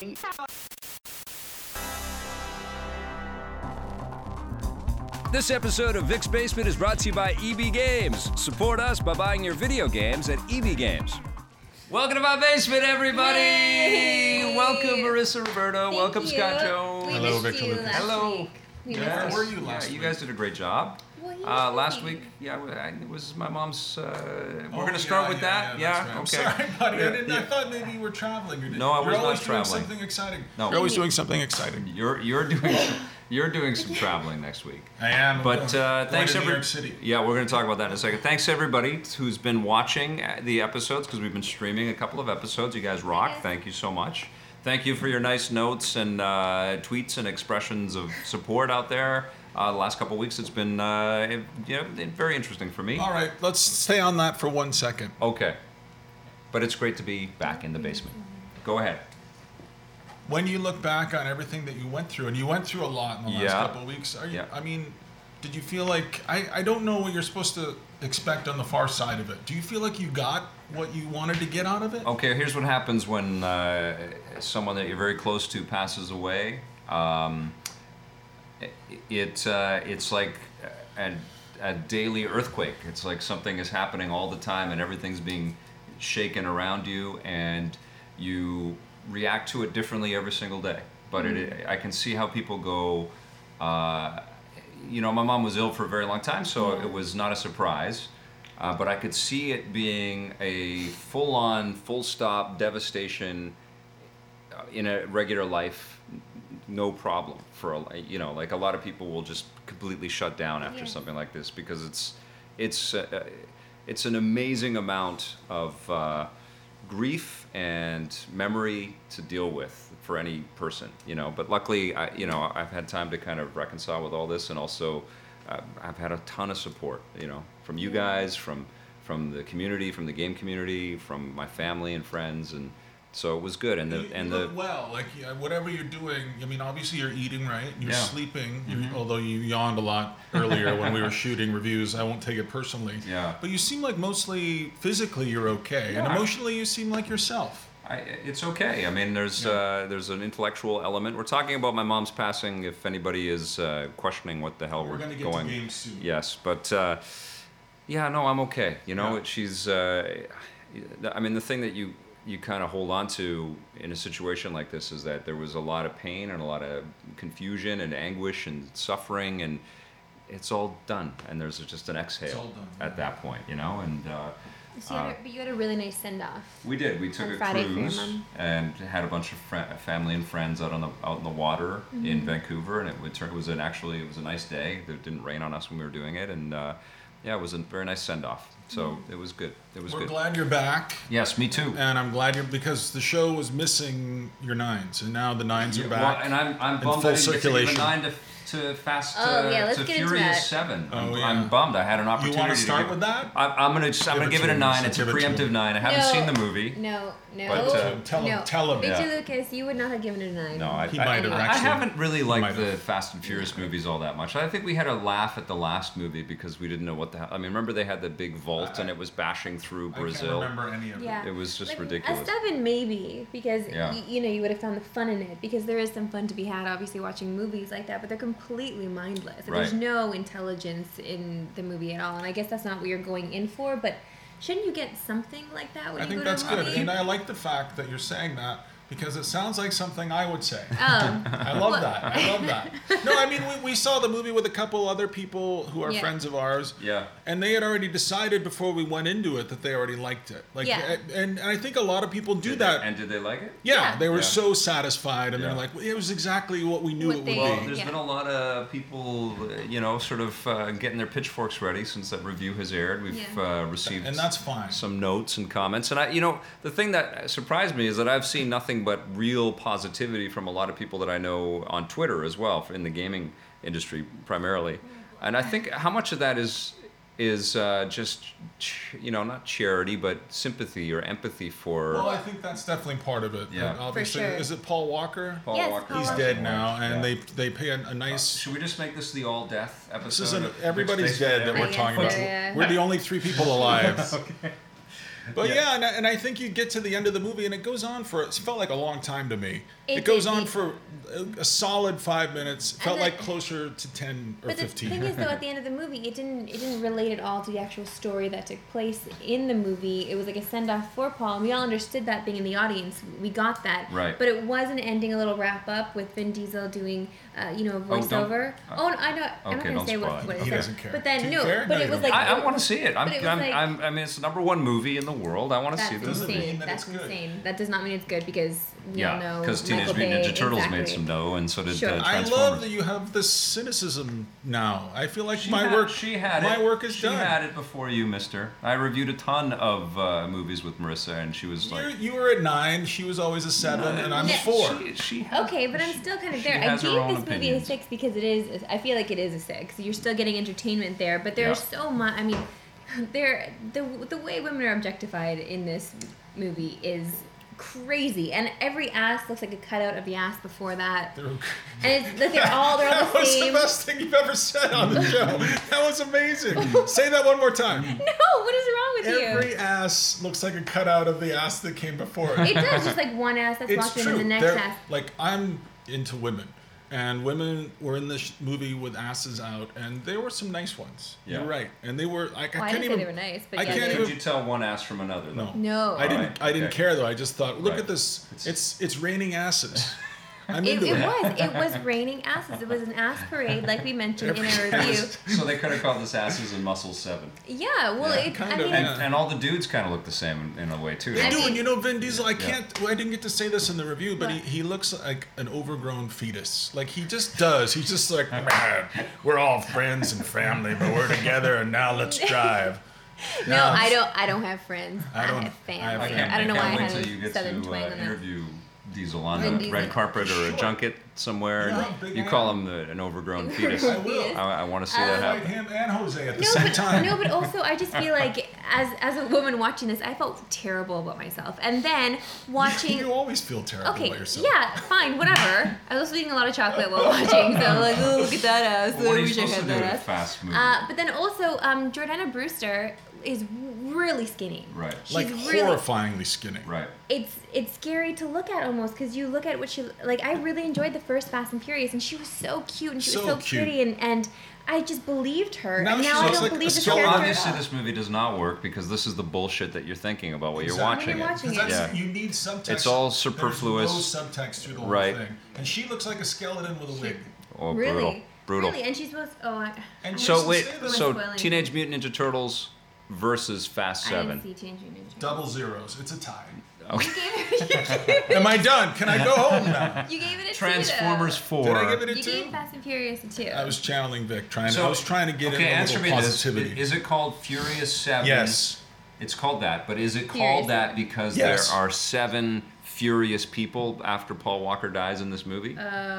影响。 This episode of Vic's Basement is brought to you by EB Games. Support us by buying your video games at EB Games. Welcome to my basement, everybody! Yay! Welcome, Marissa Roberto. Thank Welcome, you. Scott Jones. We Hello, missed Victor you Lucas. last Hello. week. We Yes. missed Where were you Yeah, last You week? guys did a great job. Well, he was uh, last working. week, yeah, I- it was my mom's. Uh, we're Oh, going to start yeah, with yeah, that? yeah, Yeah, that's okay. right. I'm sorry, buddy. Yeah, I, didn't, I yeah. thought maybe you were traveling. Or did- No, I you're was not always traveling. Doing something exciting. No. You're always doing something exciting. You're, you're, doing, you're doing some traveling next week. I am. But uh, thanks to every- New York City. Yeah, we're going to talk about that in a second. Thanks everybody who's been watching uh, the episodes because we've been streaming a couple of episodes. You guys rock! Yes. Thank you so much. Thank you for your nice notes and uh, tweets and expressions of support out there. Uh, the last couple of weeks, it's been uh, it- you know, it- very interesting for me. All right, let's stay on that for one second. Okay, but it's great to be back in the basement. Go ahead. When you look back on everything that you went through, and you went through a lot in the last Yeah. couple of weeks, are you, Yeah. I mean, did you feel like I, I don't know what you're supposed to expect on the far side of it? Do you feel like you got what you wanted to get out of it? Okay, here's what happens when uh, someone that you're very close to passes away. Um, i- it uh, it's like a, a daily earthquake. It's like something is happening all the time, and everything's being shaken around you, and you react to it differently every single day. But it, I can see how people go. Uh, you know, my mom was ill for a very long time, so it was not a surprise. Uh, but I could see it being a full-on, full-stop devastation uh, in a regular life, n- no problem for a li- you know like a lot of people will just completely shut down after Yeah. something like this because it's it's uh, uh, it's an amazing amount of uh, grief and memory to deal with for any person you know but luckily I you know I've had time to kind of reconcile with all this and also uh, I've had a ton of support you know from you guys from from the community from the game community from my family and friends and so it was good and the you, and you the look well like yeah, whatever you're doing i mean obviously you're eating right you're Yeah. Mm-hmm. sleeping you- although you yawned a lot earlier when we were shooting reviews i won't take it personally Yeah. but you seem like mostly physically you're okay and Yeah. emotionally you seem like yourself I, it's okay. I mean, there's uh, there's an intellectual element. We're talking about my mom's passing. If anybody is uh, questioning what the hell we're, we're gonna get going, to games soon yes, but uh, yeah, no, I'm okay. You know, Yeah. it she's. Uh, I mean, the thing that you you kind of hold on to in a situation like this is that there was a lot of pain and a lot of confusion and anguish and suffering and it's all done and there's just an exhale all done, at that point you know and uh, So you had a- but you had a really nice send off. we did. We took On a Friday for your cruise mom. and had a bunch of fri family and friends out on the out in the water in Mm-hmm. Vancouver, and it, would turn, it was an actually it was a nice day. It didn't rain on us when we were doing it, and uh, yeah, it was a very nice send off. So Mm-hmm. it was good. It was we're good. glad you're back Yes, me too. and i'm glad you're because the show was missing your nines and now the nines are Yeah, back well, and I'm I'm in bummed full I didn't get to give a circulation. nine to, to Fast Oh, uh, yeah, let's to get into Furious that. Seven. I'm, Oh, yeah. I'm bummed. I had an you opportunity. want to give start it- with that I, I'm gonna just, I'm Give gonna it give to it a him. nine. It's a Give it to preemptive him. nine. I haven't No. seen the movie. No, no. But, uh, Tell him- no. tell him. Victor Yeah. Lucas, you would not have given it a nine. No, I, He I, might have I, actually- haven't really might liked have. the Fast and Furious movies all that much. I think we had a laugh at the last movie because we didn't know what the hell. I mean, remember they had the big vault and it was bashing through Brazil. i can't remember any of it Yeah. It was just Like, ridiculous. A seven, maybe, because Yeah. y- you know you would have found the fun in it. Because there is some fun to be had, obviously, watching movies like that. But they're completely mindless. There's Right. no intelligence in the movie at all. And I guess that's not what you're going in for. But shouldn't you get something like that when I you think go that's to a good. movie? And I like the fact that you're saying that because it sounds like something I would say. Oh, I love that. I love that. No, I mean, we, we saw the movie with a couple other people who are Yeah. friends of ours. Yeah. And they had already decided before we went into it that they already liked it. Like, Yeah. and, and I think a lot of people do Did they- that. and did they like it? yeah, Yeah. they were Yeah. so satisfied, and they're Yeah. like, well, "It was exactly what we knew What it would they- Well, be." there's Yeah. been a lot of people, uh, you know, sort of uh, getting their pitchforks ready since that review has aired. We've Yeah. uh, received And that's fine. some notes and comments. And I, you know, the thing that surprised me is that I've seen nothing but real positivity from a lot of people that I know on Twitter as well, in the gaming industry primarily. And I think how much of that is is uh, just, ch- you know, not charity, but sympathy or empathy for Well, I think that's definitely part of it. Yeah. And obviously, sure. is it Paul Walker? Paul Yes, Walker. Paul He's Walker. dead now, and Yeah. they they pay a, a nice Should we just make this the all death episode? This isn't of Rich everybody's Basement? dead that Yeah, we're yeah, talking yeah, about. yeah. We're the only three people alive. But yeah, and, I, and I think you get to the end of the movie, and it goes on for it felt like a long time to me. It, It goes did, on it- for a, a solid five minutes. It felt the- like closer to ten or But the fifteen. thing is, though, at the end of the movie, it didn't it didn't relate at all to the actual story that took place in the movie. It was like a send off for Paul, and we all understood that being in the audience. We got that, Right. But it was an ending, a little wrap up with Vin Diesel doing, uh, you know, a Oh, don't- voiceover. uh, Oh, no, I know. I'm okay, not don't gonna say what, spoil. what it He says. doesn't care. But Do then you no, care? but No, it you was don't. like I, I want to see it. I'm, But it was I'm, like- I'm, I mean, it's the number one movie in the world. I want to That's see this. Doesn't insane. mean that That's it's good. insane. That does not mean it's good because we all Yeah, know because Teenage Michael Mutant Bay- Ninja Turtles made exactly. some dough, and so did Sure. uh, I Transformers. love that you have this cynicism now. I feel like She my had- work, She had my it. work is she done. had it before you, Mister. I reviewed a ton of uh, movies with Marissa, and she was You're, like, you were at nine. She was always a seven, and I'm a Yeah. four. She, she had- Okay, but I'm still kind of she there. I has her own gave this movie a opinions. six because it is. I feel like it is a six. You're still getting entertainment there, but there's Yeah. so much. I mean, there the the way women are objectified in this movie is crazy, and every ass looks like a cutout of the ass before that, They're- and it's like they're all they're all That the was the same. best thing you've ever said on the show. That was amazing. Say that one more time. No, what is wrong with you? Every ass looks like a cutout of the ass that came before it. It does just like one ass that's it's locked in, true. and the next They're- ass. Like I'm into women, and women were in this sh- movie with asses out, and there were some nice ones. Yeah. You're right, and they were like Well, I I didn't can't say even. they were nice, but I yeah, can't they- Could even. you tell one ass from another? No. Though? No, I didn't. Alright, I didn't okay. care though. I just thought, look Right. at this. It's- It's it's raining asses. I'm It, into it it. was. It was raining asses. It was an ass parade, like we mentioned in our Every review. ass. So they could have called this asses and muscles seven, Yeah, well, Yeah, it, kind I of, mean, and Yeah. and all the dudes kind of look the same in, in a way too. I Dude, mean- and you know Vin Diesel. I can't. well, I didn't get to say this in the review, but he, What? he looks like an overgrown fetus. Like he just does. He's just like, "Man, we're all friends and family, but we're together, and now let's drive. No, I don't. I don't have friends. I, don't- have fans. I I, have can't, don't know why I can't wait had till you a get southern to twang uh, on that. interview Diesel on Vin a Diesel. red carpet or a Sure. junket somewhere, You know how and big you I call am? him the, an overgrown fetus. I I, will. I want to see Um, that Fight happen. him and Jose at the No, same but time. no, but also I just feel like as as a woman watching this, I felt terrible about myself. And then watching. you always feel terrible Okay, about yourself. yeah, fine, whatever. I was also eating a lot of chocolate while watching, so I'm like, oh, look at that ass. Well, what I are you wish I supposed to had do that with ass. fast movie? Uh, but then also, um, Jordana Brewster is really skinny. Right. She's Like really horrifyingly skinny. right. it's it's scary to look at almost because you look at what she like. I really enjoyed the first Fast and Furious, and she was so cute and she was So so cute. pretty, and and I just believed her. Now and she now I looks don't like a believe this so So character. obviously, at all. this movie does not work because this is the bullshit that you're thinking about while you're Exactly. watching When you're it. watching Because that's, Yeah. you need subtext. It's all There's superfluous. no subtext through the whole Right. thing. And she looks like a skeleton with a wig. Oh, really, brutal, brutal. really, and she's supposed. Oh, I, I, And Just So to wait, say that- so Am I spoiling Teenage Mutant Ninja Turtles versus Fast I didn't Seven. see changing Ninja. Double zeros. It's a tie. You gave, it, Am I done? Can I go home now? you gave it a two, Transformers though. Four. Did I give it a You two? gave Fast and Furious a two. I was channeling Vic, trying. I was trying to get okay, in a answer little me positivity. This. Is it called Furious Seven? yes. It's called that, but is it called Furious that Seven. because Yes. there are seven furious people after Paul Walker dies in this movie?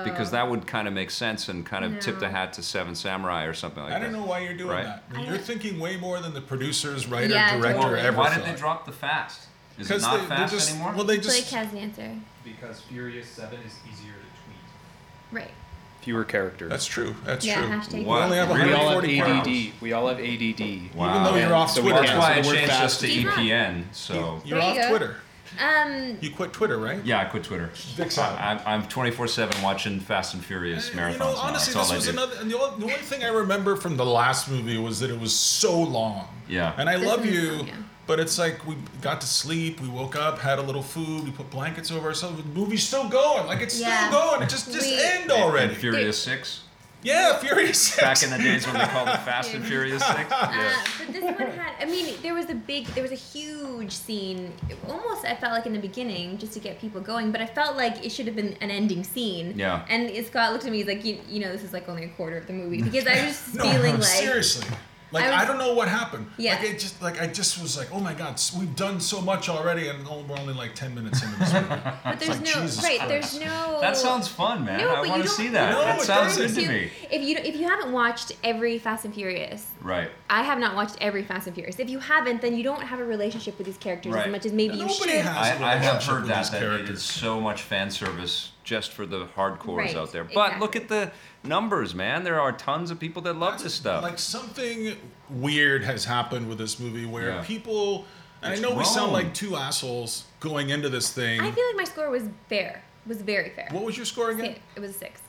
because that would kind of make sense and kind of tip the Oh. No. hat to Seven Samurai or something like I that. don't know why you're doing Right. that. I You're don't- thinking way more than the producers, writer, Yeah, director totally. ever Why did thought. they drop the fast? Is it 'Cause not they- they fast just, anymore? Well, they Blake just has the answer. because Furious Seven is easier to Right. tweet. Fewer characters. That's true. That's Yeah, true. hashtag- We only have Wow. we all have E 140 ADD. pounds. We all have ADD. Wow. Even though you're And off so we Twitter, That's can't- why so I we're changed us fast. to E He's not- EPN. So you're There off you go. Twitter. Um. You quit Twitter, right? yeah, I quit Twitter. Vic's out. I'm, I'm 24/7 watching Fast and Furious marathons. Eh, You know, honestly, now. That's this all was I do. another. And the, only, the only thing I remember from the last movie was that it was so long. Yeah. And I This love one is you, long, yeah. but it's like we got to sleep, we woke up, had a little food, we put blankets over ourselves. The movie's still going. Like it's Yeah. still going. It just just We- end And- and already. Furious Six. yeah, Furious Six. Back in the days when they called it Fast and Furious Six. Uh, but this one had i mean there was a big there was a huge scene almost i felt like in the beginning just to get people going but i felt like it should have been an ending scene Yeah. and scott looked at me he's like you, you know this is like only a quarter of the movie because i was just no, feeling no, like seriously. Like I I, was- don't know what happened. Yeah. Like I just like I just was like, oh my god, s- we've done so much already, and oh, we're only like ten minutes into this movie. but there's like, no Jesus right Christ. there's no That sounds fun, man. No, I but want to you don't- see that. No, that it sounds good doesn't. to me. if you if you haven't watched every fast and furious Right. I have not watched every Fast and Furious. If you haven't, then you don't have a relationship with these characters Right. as much as maybe you should. Nobody has. a I, I have relationship heard with that these that it characters. is so much fan service just for the hardcores Right, out there. But look at exactly. the numbers, man. There are tons of people that love this stuff. Like something weird has happened with this movie where Yeah. people. And It's I know we sound wrong. like two assholes going into this thing. I feel like my score was fair. Was very fair. what was your score again? It it was a six.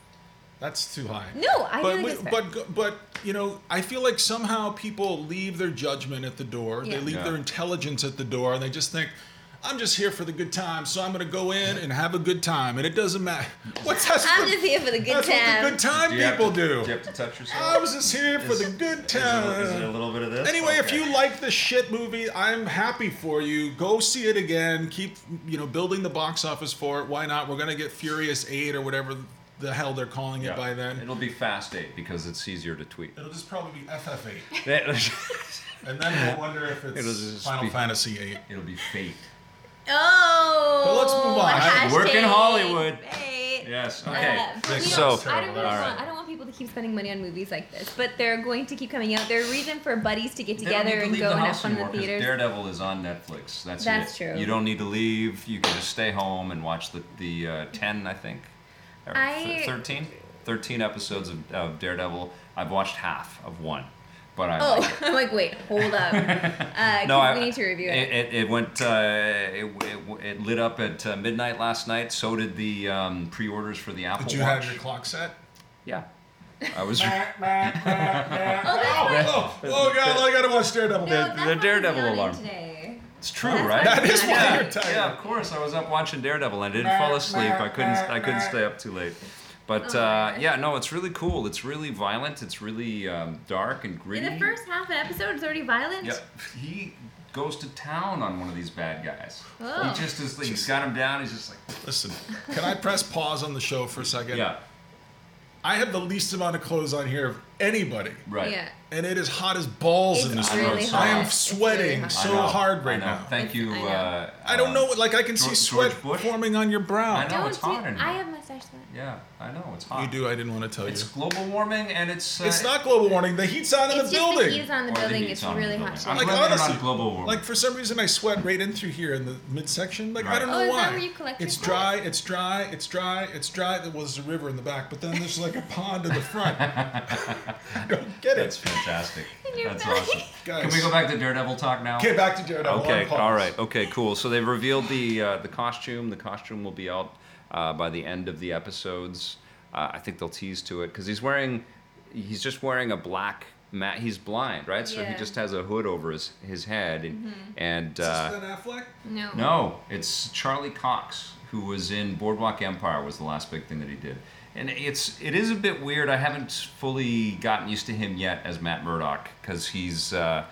That's too high. No, I feel but like we- it's fair. but go- but you know, I feel like somehow people leave their judgment at the door. Yeah. They leave Yeah. their intelligence at the door, and they just think, "I'm just here for the good time, so I'm going to go in and have a good time, and it doesn't matter." What's that? I'm just here for the good that's what the time. good time you have people to- do. Do you have to touch yourself? I was just here for Is- the good Is it, time. is it a little bit of this? Anyway, if Okay. you like this shit movie, I'm happy for you. Go see it again. Keep you know building the box office for it. Why not? We're gonna get Furious Eight or whatever the hell they're calling it Yeah. by then. it'll be fast eight because it's easier to tweet. It'll just probably be FF Eight, it'll and then we'll wonder if It'll it's just Final be- Fantasy Eight. be fate. Oh. But let's move on. I work in hashtag Hollywood. fate. Yes. Uh, Okay. but we So- don't- I don't, really All want, right. I don't want people to keep spending money on movies like this, but they're going to keep coming out. They're a reason for buddies to get They don't need together to and leave go and have house fun in the anymore 'cause theaters. Daredevil is on Netflix. That's That's it. true. You don't need to leave. You can just stay home and watch the the uh, ten, I think, or I- th- 13? 13 episodes of, of Daredevil. I've watched half of one, but I like it. Oh, I'm like, wait, hold up. Uh, No, 'cause I- we need to review it. It, it, it went. Uh, it, it, it lit up at uh, midnight last night. So did the um, pre-orders for the Apple Did you Watch. have your clock set? yeah, I was. oh, that's why- Oh, oh god, I gotta watch no, Daredevil. the that's why I'm Daredevil yawning alarm. Today. It's true, That's right? why I'm is why yawning. you're tired. Yeah, of course. I was up watching Daredevil and I didn't fall asleep. I couldn't. I couldn't stay up too late. But Oh, uh, man. yeah, no, it's really cool. It's really violent. It's really um, dark and In gritty. the first half of the episode, it's already violent. Yep. He goes to town on one of these bad guys. Oh. He just is. He's got him down. He's just like. Listen, can I press pause on the show for a second? Yeah. I have the least amount of clothes on here of anybody, Right. Yeah. and it is hot as balls in It's this know, room. really it's hot. I am It's sweating really hot. I so know, hard right I know. now. Thank you. I know. Uh, I don't uh, know. Like I can see George- sweat George Bush? forming on your brow. I know. Don't it's do, hot in I here. have mustache sweat. Yeah, I know it's hot. You do. I didn't want to tell It's you. global warming, and it's. Uh, It's not global warming. The heat's on in It's the just the heat building. is on the Or the building. heat's It's on in the really hot. building. today. I'm Like glad you're not honestly, global warming. like for some reason I sweat right in through here in the midsection. Like I Right. don't Oh, know is that why. where you collect your it's sweat? dry. It's dry. It's dry. It's dry. There was a river in the back, but then there's like a pond in the front. I don't get That's it. fantastic. In your That's belly. awesome. Guys. Can we go back to Daredevil talk now? Okay, back to Jared. I'm Okay. on pause. All right. Okay. Cool. So they've revealed the uh, the costume. The costume will be out uh, by the end of the episodes. Uh, I think they'll tease to it because he's wearing he's just wearing a black mat. He's blind, right? So Yeah. Mm-hmm. he just has a hood over his his head, and, and Is uh, this Ben Affleck? No. No, it's Charlie Cox, who was in Boardwalk Empire, was the last big thing that he did. And it's it is a bit weird. I haven't fully gotten used to him yet as Matt Murdock because he's. Uh,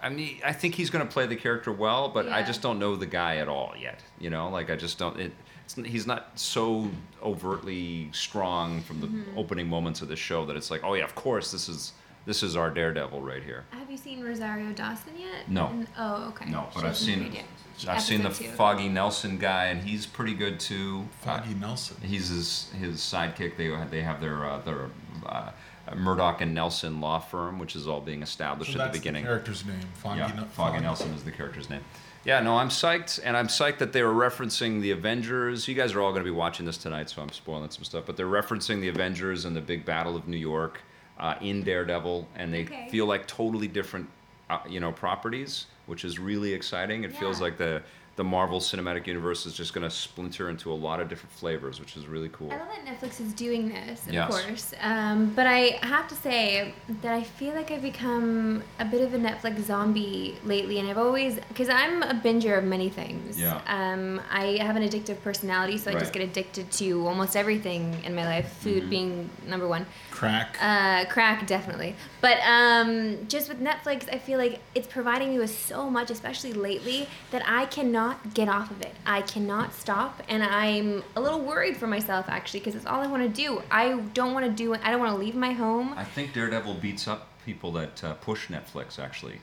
I mean, I think he's going to play the character well, but I Yeah. just don't know the guy at all yet. You know, like I just don't. It, it's, he's not so overtly strong from the Mm-hmm. opening moments of the show that it's like, oh yeah, of course this is this is our Daredevil right here. Have you seen Rosario Dawson yet? No. N- Oh, okay. No, but She I've hasn't seen made it. I've seen the Episode two. Foggy Nelson guy, and he's pretty good too. Foggy Nelson. He's his his sidekick. They they have their uh, their uh, Murdoch and Nelson law firm, which is all being established So at that's the beginning. character's name. Foggy, yeah, Nel- Foggy Nelson is the character's name. Yeah, no, I'm psyched, and I'm psyched that they were referencing the Avengers. You guys are all going to be watching this tonight, so I'm spoiling some stuff. But they're referencing the Avengers and the big battle of New York uh, in Daredevil, and they Okay. feel like totally different, uh, you know, properties, which is really exciting. It feels Yeah. like the the Marvel Cinematic Universe is just going to splinter into a lot of different flavors, which is really cool. I love that Netflix is doing this, of Yes. course. Um, but I have to say that I feel like I've become a bit of a Netflix zombie lately, and I've always because I'm a binger of many things. Yeah. Um, I have an addictive personality, so I just Right. Mm-hmm. get addicted to almost everything in my life. Food being number one. Crack. Uh, crack definitely, but um, just with Netflix, I feel like it's providing me with so much, especially lately, that I cannot get off of it. I cannot stop, and I'm a little worried for myself actually because it's all I want to do. I don't want to do it. I don't want to leave my home. I think Daredevil beats up people that uh, push Netflix. Actually,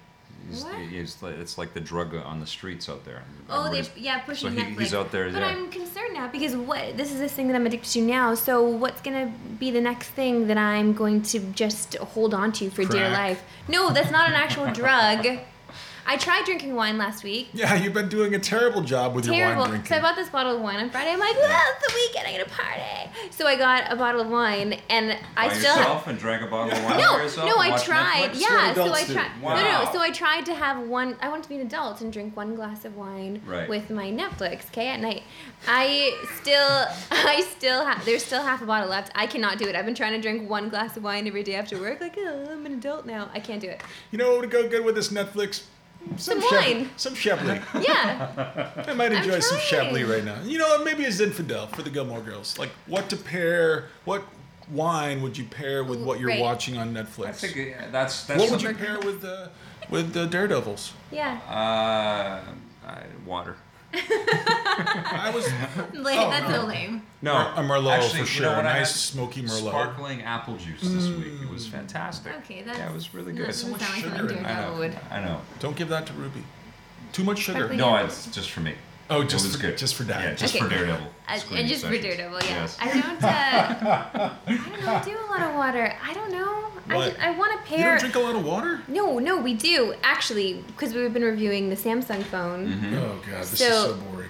he's, What? he's like- it's like the drug on the streets out there. Oh, they Everybody's- yeah pushing so he- Netflix. he's out there, But yeah. I'm concerned now because what this is this thing that I'm addicted to now. So what's gonna be the next thing that I'm going to just hold on to for dear Crack. life? No, that's not an actual drug. I tried drinking wine last week. Yeah, you've been doing a terrible job with your Terrible. wine drinking. So I bought this bottle of wine on Friday. I'm like, well, it's the weekend. I'm gonna party. So I got a bottle of wine, and I by still. yourself and drank a bottle of wine no, by yourself? no, and I watched tried. Netflix? Yeah, What so I adults do. tried. No, Wow. no, so I tried to have one. I wanted to be an adult and drink one glass of wine Right. with my Netflix, okay, at night. I still, I still have. There's still half a bottle left. I cannot do it. I've been trying to drink one glass of wine every day after work. Like, oh, I'm an adult now. I can't do it. You know what would go good with this Netflix? Some Chef- wine. some Chablis. Yeah, I might enjoy some trying. Chablis right now. You know, what? maybe a Zinfandel for the Gilmore Girls. Like, what to pair? What wine would you pair with what you're Right. watching on Netflix? I think uh, that's that's what would you something- pair with uh, with the Daredevils? yeah. Uh, I- water. I was Like, Oh, that's no. so lame. No, a Merlot actually, for you sure. know A what I nice had? smoky Merlot. Sparkling apple juice this week. It was fantastic. Mm. Okay, that's yeah, it was really That good. doesn't much sound like sugar something in I Daredevil know. would. I know. Don't give that to Ruby. Too much sugar. Sparkling- No, it's just for me. Oh, It just was for, good. just for that. Yeah, just Okay. for Daredevil. Uh, screening and just for sessions. Daredevil, yeah. Yes. I don't. Uh, I don't do a lot of water. I don't know. I, What? just- I want to you pair. don't drink a lot of water. no, no, we do actually because we've been reviewing the Samsung phone. Mm-hmm. Oh god, this is So- so boring.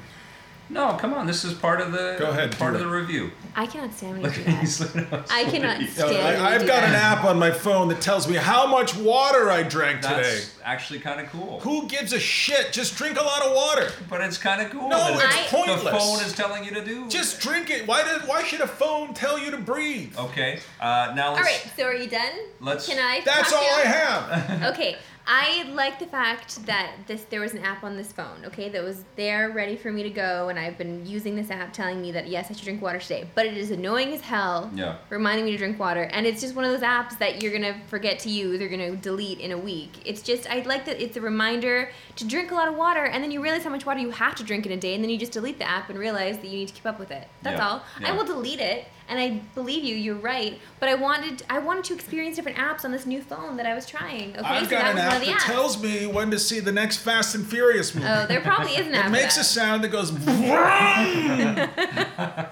No, come on. This is part of the Go ahead, part do of the it. review. I cannot stand when Look, you do that. he's looking at us. I cannot No, stand. when you I, I've do got that. an app on my phone that tells me how much water I drank today. That's actually kind of cool. Who gives a shit? Just drink a lot of water. But it's kind of cool. No, that it's it- I- pointless. The phone is telling you to do. Just drink it. Why did? Why should a phone tell you to breathe? Okay. Uh, now All let's. right, so are you done? Let's- Can I? That's all talk I now? have. okay i like the fact that this there was an app on this phone okay that was there ready for me to go and i've been using this app telling me that yes i should drink water today but it is annoying as hell Yeah. reminding me to drink water and it's just one of those apps that you're gonna forget to use or gonna delete in a week it's just i like that it's a reminder to drink a lot of water and then you realize how much water you have to drink in a day and then you just delete the app and realize that you need to keep up with it that's Yeah. all Yeah. i will delete it and i believe you you're right but i wanted i wanted to experience different apps on this new phone that i was trying okay I've so that got an was one app of the that apps. tells me when to see the next Fast and Furious movie. oh there probably is an app it for makes a that. sound that goes. vroom.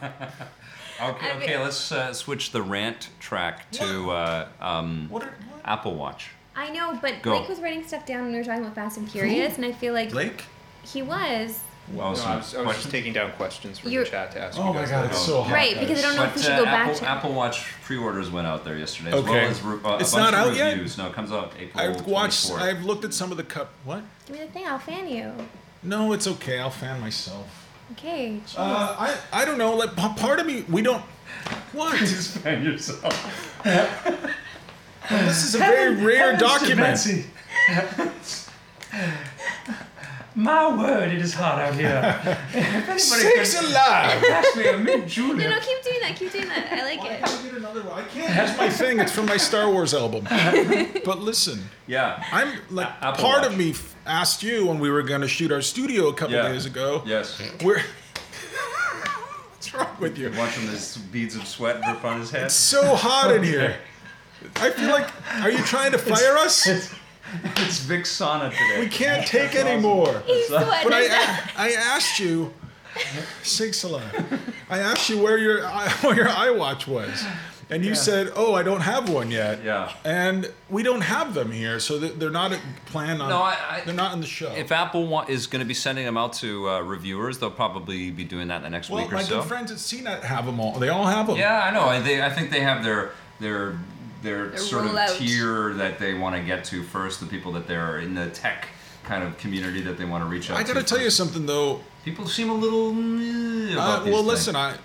Okay. I've- Okay. Let's uh, switch the rant track to uh, um, what are, what? Apple Watch. i know but Go. blake was writing stuff down when we were talking about fast and furious and i feel like Blake? he was Well, No, so I was, I was question- just taking down questions from You're- the chat to ask. Oh you my guys god, it's so hot. Right, because I guys. don't know if we But should uh, go back Apple, to. Apple Watch pre-orders went out there yesterday, as Okay. well as re- uh, It's a bunch not of out yet? reviews. No, it comes out April. I've watched. 24th. I've looked at some of the cup. What? Give me the thing. I'll fan you. No, it's okay. I'll fan myself. Okay. jeez. Uh, I I don't know. Like p- part of me, we don't. What? this Spend yourself. is a very rare document. My word, it is hot out here. Six alive. Ask me a mint no, no, julep. keep doing that. Keep doing that. I like Why it. did I get another one? I can't. That's my thing. It's from my Star Wars album. But listen, Yeah. I'm like A- Apple part Watch. of me f- asked you when we were going to shoot our studio a couple Yeah. days ago. Yes. We're what's wrong with you? Watching these beads of sweat drip on his head. It's so hot in here. I feel like, are you trying to fire us? It's, it's Vic sauna today. We can't take awesome. any more. He's sweating. But I, I asked you, sakes alive, I asked you where your i- where your iWatch was, and you said, "Oh, I don't have one yet." Yeah. And we don't have them here, so th- they're not planned on. No, I- I- they're not on the show. If Apple wa- is going to be sending them out to uh, reviewers, they'll probably be doing that in the next well, week or my so. good friends at CNET have them all. They all have them. Yeah, I know. I, they, I think they have their their their, Their sort of rollout. tier that they want to get to first. The people that they're in the tech kind of community that they want to reach out. I to gotta tell you first. something though. people seem a little. meh Uh, about these well, things. listen, I,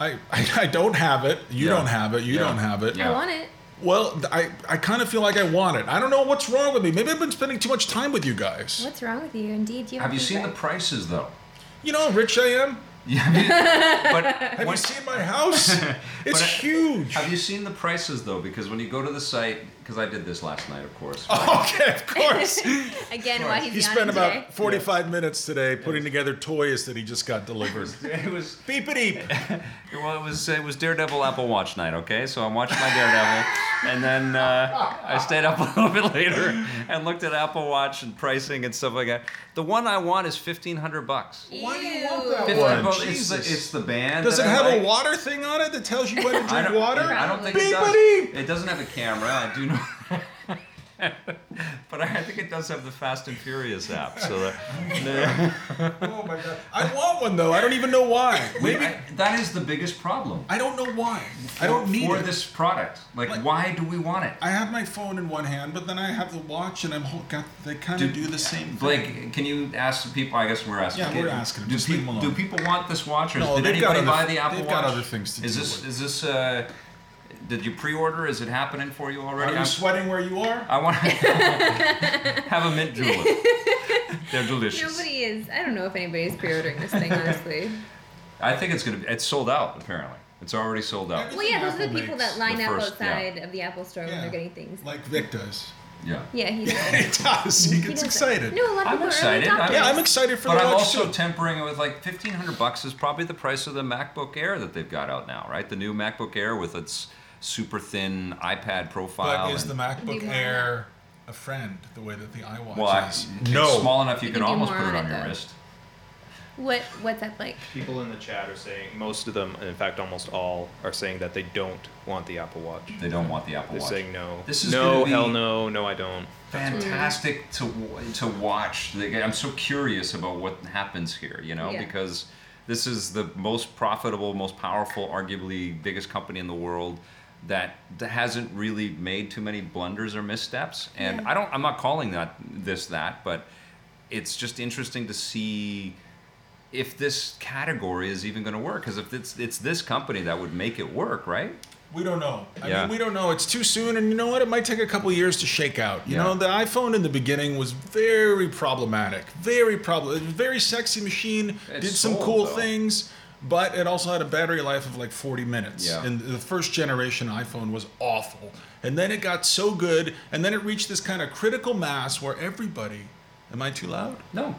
I, I don't have it. You Yeah. don't have it. You Yeah. don't have it. Yeah. I want it. Well, th- I, I kind of feel like I want it. I don't know what's wrong with me. Maybe I've been spending too much time with you guys. What's wrong with you? Indeed, you. Have you to seen the sweat. prices though? You know how rich I am? Yeah, I mean, but Have when- you seen my house? It's I- huge. have you seen the prices though? Because when you go to the site, because I did this last night, of course. Uh, okay, of course. Again, why he's He yawning spent today. about 45 minutes today putting together toys that he just got delivered. it was Beep it eep. Well, it was it was Daredevil Apple Watch night, okay? So I'm watching my Daredevil, and then uh, I stayed up a little bit later and looked at Apple Watch and pricing and stuff like that. The one I want is fifteen hundred bucks. Why do you want that Ew. one? bucks. It's the, Jesus. it's the band. Does that it I have like. a water thing on it that tells you when to I drink don't, water? I don't think it Beep does. beep. It doesn't have a camera. I do know. but I think it does have the Fast and Furious app. So that, Oh my god. I want one though. I don't even know why. Maybe I- that is the biggest problem. I don't know why. I don't need for it. this product. Like, Like- why do we want it? I have my phone in one hand, but then I have the watch, and I'm ho- got, they kind of Do- do the same. Blake, can you ask the people? I guess we're asking. Yeah, we're asking them. Do, Just leave peop- them do alone. people want this watch, or No, did they've got anybody other- buy the Apple they've Watch? got other things to is do this with. is this uh, did you pre-order? Is it happening for you Are already? you I'm- sweating where you are? I want to have a mint julep. They're delicious. Nobody is. I don't know if anybody's pre-ordering this thing, honestly. I think it's gonna be. It's sold out apparently. It's already sold out. well, yeah, those are the people that line The up first, yeah. outside of the Apple Store when Yeah. they're getting things. Like Vic does. Yeah. Yeah, he does. He does. He He gets does. excited. No, a lot of I'm people excited. are early I'm- adopters. Yeah, I'm excited for But the I'm watch also too. tempering it with like 1,500 bucks is probably the price of the MacBook Air that they've got out now, right? The new MacBook Air with its super thin iPad profile. But is and- the Do MacBook more. Air a friend the way that the iWatch well, I- is? it's small enough you, You can, can do almost more put it on on it, your though. wrist. What What's that like? People in the chat are saying most of them, and in fact, almost all, are saying that they don't want the Apple Watch. They don't want the Apple They're Watch. saying no. This is no, gonna be- hell no, no, I don't. fantastic to w- to watch. Like, I'm so curious about what happens here, you know, Yeah. because this is the most profitable, most powerful, arguably biggest company in the world that that hasn't really made too many blunders or missteps. And Yeah. I don't, I'm not calling that this that, but it's just interesting to see if this category is even going to work because if it's it's this company that would make it work, right? We don't know. I Yeah. mean, we don't know. It's too soon, and you know what? It might take a couple years to shake out. You Yeah. know, the iPhone in the beginning was very problematic, very problem, it was a very sexy machine. It did some sold, cool though. things, but it also had a battery life of like 40 minutes. Yeah. And the first generation iPhone was awful, and then it got so good, and then it reached this kind of critical mass where everybody. Am I too loud? No.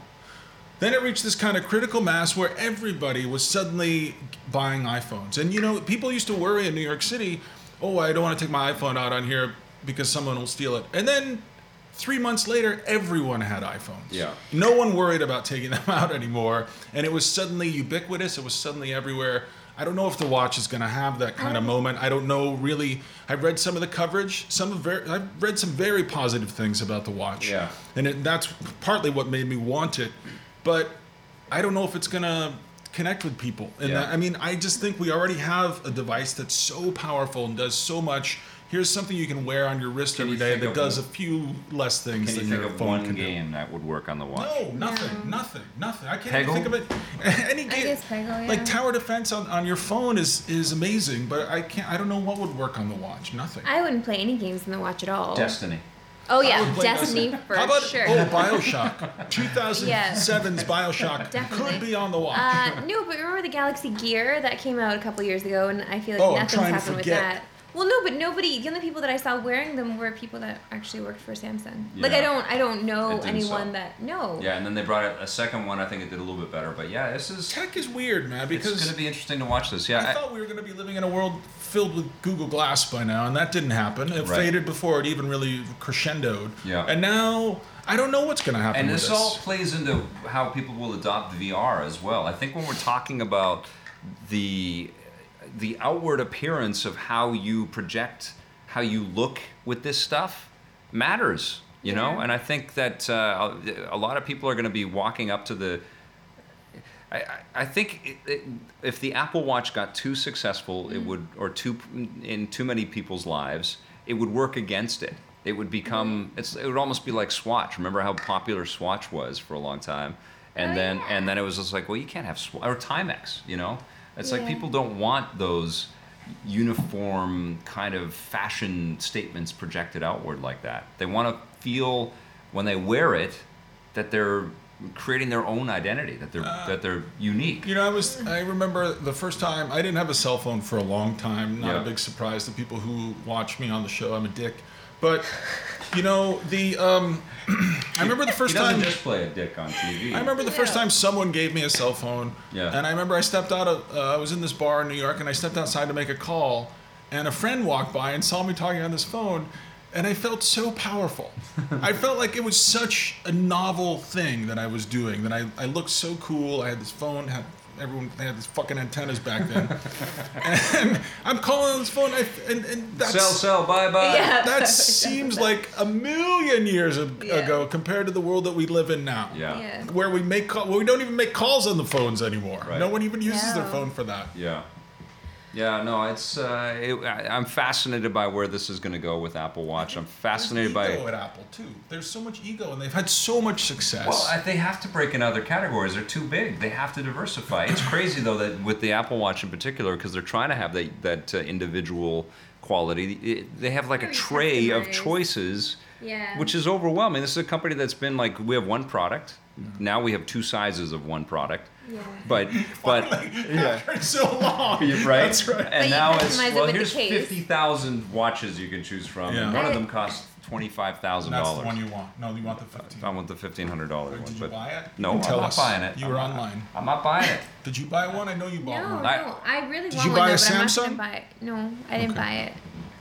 Then it reached this kind of critical mass where everybody was suddenly buying iPhones. And you know, people used to worry in New York City, oh, I don't want to take my iPhone out on here because someone will steal it. And then three months later, everyone had iPhones. Yeah. No one worried about taking them out anymore. And it was suddenly ubiquitous, it was suddenly everywhere. I don't know if the watch is going to have that kind of moment. I don't know really. I've read some of the coverage. Some of very, I've read some very positive things about the watch. Yeah. And it, that's partly what made me want it. But I don't know if it's going to connect with people. And Yeah. that- I mean, I just think we already have a device that's so powerful and does so much. Here's something you can wear on your wrist Can you every day think that of does a one- few less things Can you than think your of phone one can game that would work on the watch? do. No, nothing, nothing, nothing. I can't Peggle? even think of it. Any game, guess Peggle, yeah. like tower defense on, on your phone is is amazing, but I can't. I don't know what would work on the watch. Nothing. I wouldn't play any games in the watch at all. Destiny. oh I yeah, would play Destiny Destiny. for How about sure. oh Bioshock, 2007's Bioshock Definitely. could be on the watch. Uh, no, but remember the Galaxy Gear that came out a couple years ago, and I feel like Oh, I'm nothing's trying to happened with forget. that. Well, no, but nobody. The only people that I saw wearing them were people that actually worked for Samsung. Like Yeah. I don't, I don't know It didn't anyone sell. that no. Yeah, and then they brought out a second one. I think it did a little bit better, but yeah, this is Tech is weird, man. it's Because going to be interesting to watch this. Yeah, I I- thought we were going to be living in a world filled with Google Glass by now, and that didn't happen. It Right. faded before it even really crescendoed. Yeah. And now I don't know what's going to happen. and with this all plays into how people will adopt VR as well. I think when we're talking about the the outward appearance of how you project, how you look with this stuff matters, you know. Mm-hmm. Yeah. And I think that uh, a lot of people are going to be walking up to the I, I- I think it, it, if the Apple Watch got too successful, Mm. it would, or too in too many people's lives, it would work against it. It would become, Mm. it's, it would almost be like Swatch. Remember how popular Swatch was for a long time, and Oh, then yeah. and then it was just like, well, you can't have Swatch or Timex. You know, it's like Yeah. people don't want those uniform kind of fashion statements projected outward like that. They want to feel when they wear it that they're creating their own identity, that they're that they're unique. You know, I was I remember the first time I didn't have a cell phone for a long time. Not Yeah. a big surprise to people who watch me on the show. I'm a dick. But you know, the um I remember the first he doesn't time just play a dick on TV. I remember the first Yeah. time someone gave me a cell phone. Yeah. And I remember I stepped out of, uh, I was in this bar in New York and I stepped outside to make a call and a friend walked by and saw me talking on this phone and I felt so powerful. I felt like it was such a novel thing that I was doing that I, I looked so cool. I had this phone, had everyone had these fucking antennas back then. and I'm calling on this phone, I, and, and that's. sell, sell, bye, bye. Yeah. That seems like a million years ag- Yeah. ago compared to the world that we live in now. Yeah. Yeah. Where we make call- well, we don't even make calls on the phones anymore. Right. No one even uses their No. phone for that. Yeah. Yeah, no, it's uh, it, I, I'm fascinated by where this is going to go with Apple Watch. I'm fascinated There's ego by. at Apple too. There's so much ego, and they've had so much success. Well, I, they have to break in other categories. They're too big. They have to diversify. It's crazy though that with the Apple Watch in particular, because they're trying to have that that uh, individual quality. It, they have like a Very tray of customized. choices, Yeah. which is overwhelming. This is a company that's been like, we have one product. Mm-hmm. Now we have two sizes of one product. Yeah. But but yeah. After so long. You're right. That's right. But And you now customize it's it well. with the Here's case. fifty thousand watches you can choose from. Yeah. and One of That- them costs twenty five thousand And that's the one dollars. you want. No, you want the 15. I want the fifteen hundred dollar Did one. you but buy it? No, You I'm tell not us. buying it. You were I'm not- online. I'm not buying it. Did you buy one? I know you bought No, one. I- no, I really Did want you one buy though, a but I'm not Samsung? gonna buy it. No, I didn't Okay. buy it.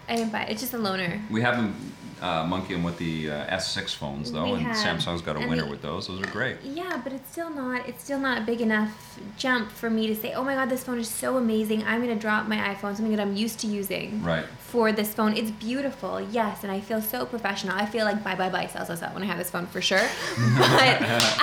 I didn't buy it. It's just a loner. We haven't uh, monkeying with the uh, S6 phones though, We and have. E Samsung's got a And winner the- with those. Those are great. Yeah, but it's still not. It's still not a big enough jump for me to say, "Oh my God, this phone is so amazing! I'm gonna drop my iPhone, something that I'm used to using, Right. for this phone. It's beautiful, yes, and I feel so professional. I feel like bye bye bye sell sell sell when I have this phone for sure. but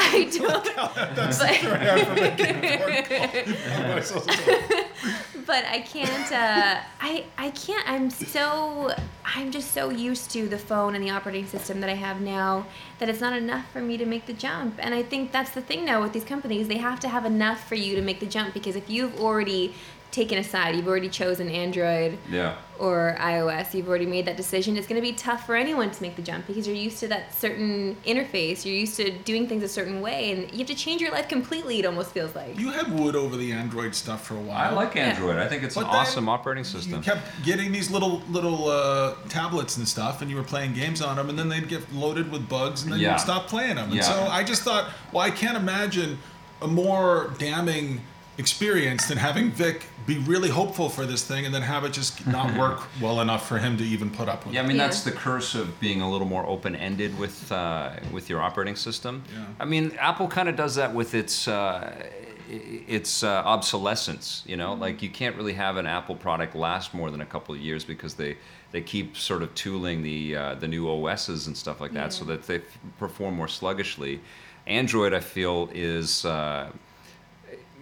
I don't. but, but I can't. Uh, I I can't. I'm so. I'm just so used to the phone and the operating system that I have now that it's not enough for me to make the jump. And I think that's the thing now with these companies. They have to have enough for you to make the jump because if you've already taken a side, you've already chosen Android Yeah. or iOS, you've already made that decision. It's going to be tough for anyone to make the jump because you're used to that certain interface. You're used to doing things a certain way, and you have to change your life completely. It almost feels like. You had wood over the Android stuff for a while. I like Android. I think it's an But then awesome operating You system. kept getting these little little uh, tablets and stuff, and you were playing games on them, and then they'd get loaded with bugs, and then Yeah. you'd stop playing them. And Yeah. so I just thought, well, I can't imagine a more damning experience than having Vic be really hopeful for this thing, and then have it just not work well enough for him to even put up with. Yeah, I it. mean Yeah. that's the curse of being a little more open-ended with uh, with your operating system. Yeah. I mean, Apple kind of does that with its uh, i- its uh, obsolescence. You know, like you can't really have an Apple product last more than a couple of years because they they keep sort of tooling the uh, the new OSs and stuff like that so that they f- perform more sluggishly. Android, I feel, is uh,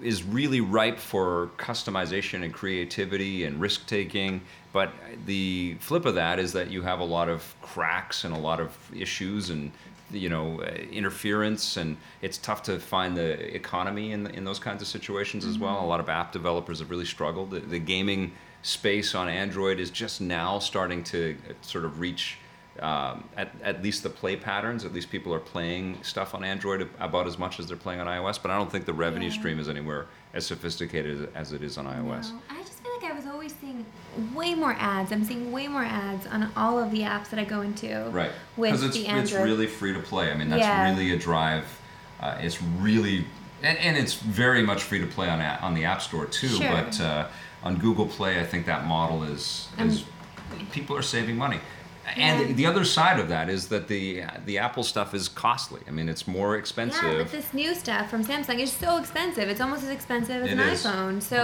is really ripe for customization and creativity and risk taking. But the flip of that is that you have a lot of cracks and a lot of issues and you know uh, interference and it's tough to find the economy in in those kinds of situations as well. A lot of app developers have really struggled. The, the gaming space on Android is just now starting to uh, sort of reach um, at, at least the play patterns. At least people are playing stuff on Android ab- about as much as they're playing on iOS. But I don't think the revenue stream is anywhere as sophisticated as as it is on iOS. No, I just feel like I was always seeing way more ads. I'm seeing way more ads on all of the apps that I go into. Right. With Because it's, the it's Android. really free to play. I mean, that's Yeah. really a drive. Uh, it's really and, and it's very much free to play on a, on the App Store too. Sure. But uh, on Google Play, I think that model is is people are saving money. And Yeah. the other side of that is that the the Apple stuff is costly. I mean, it's more expensive. yeah, but this new stuff from Samsung is so expensive. It's almost as expensive as It an is. iPhone. So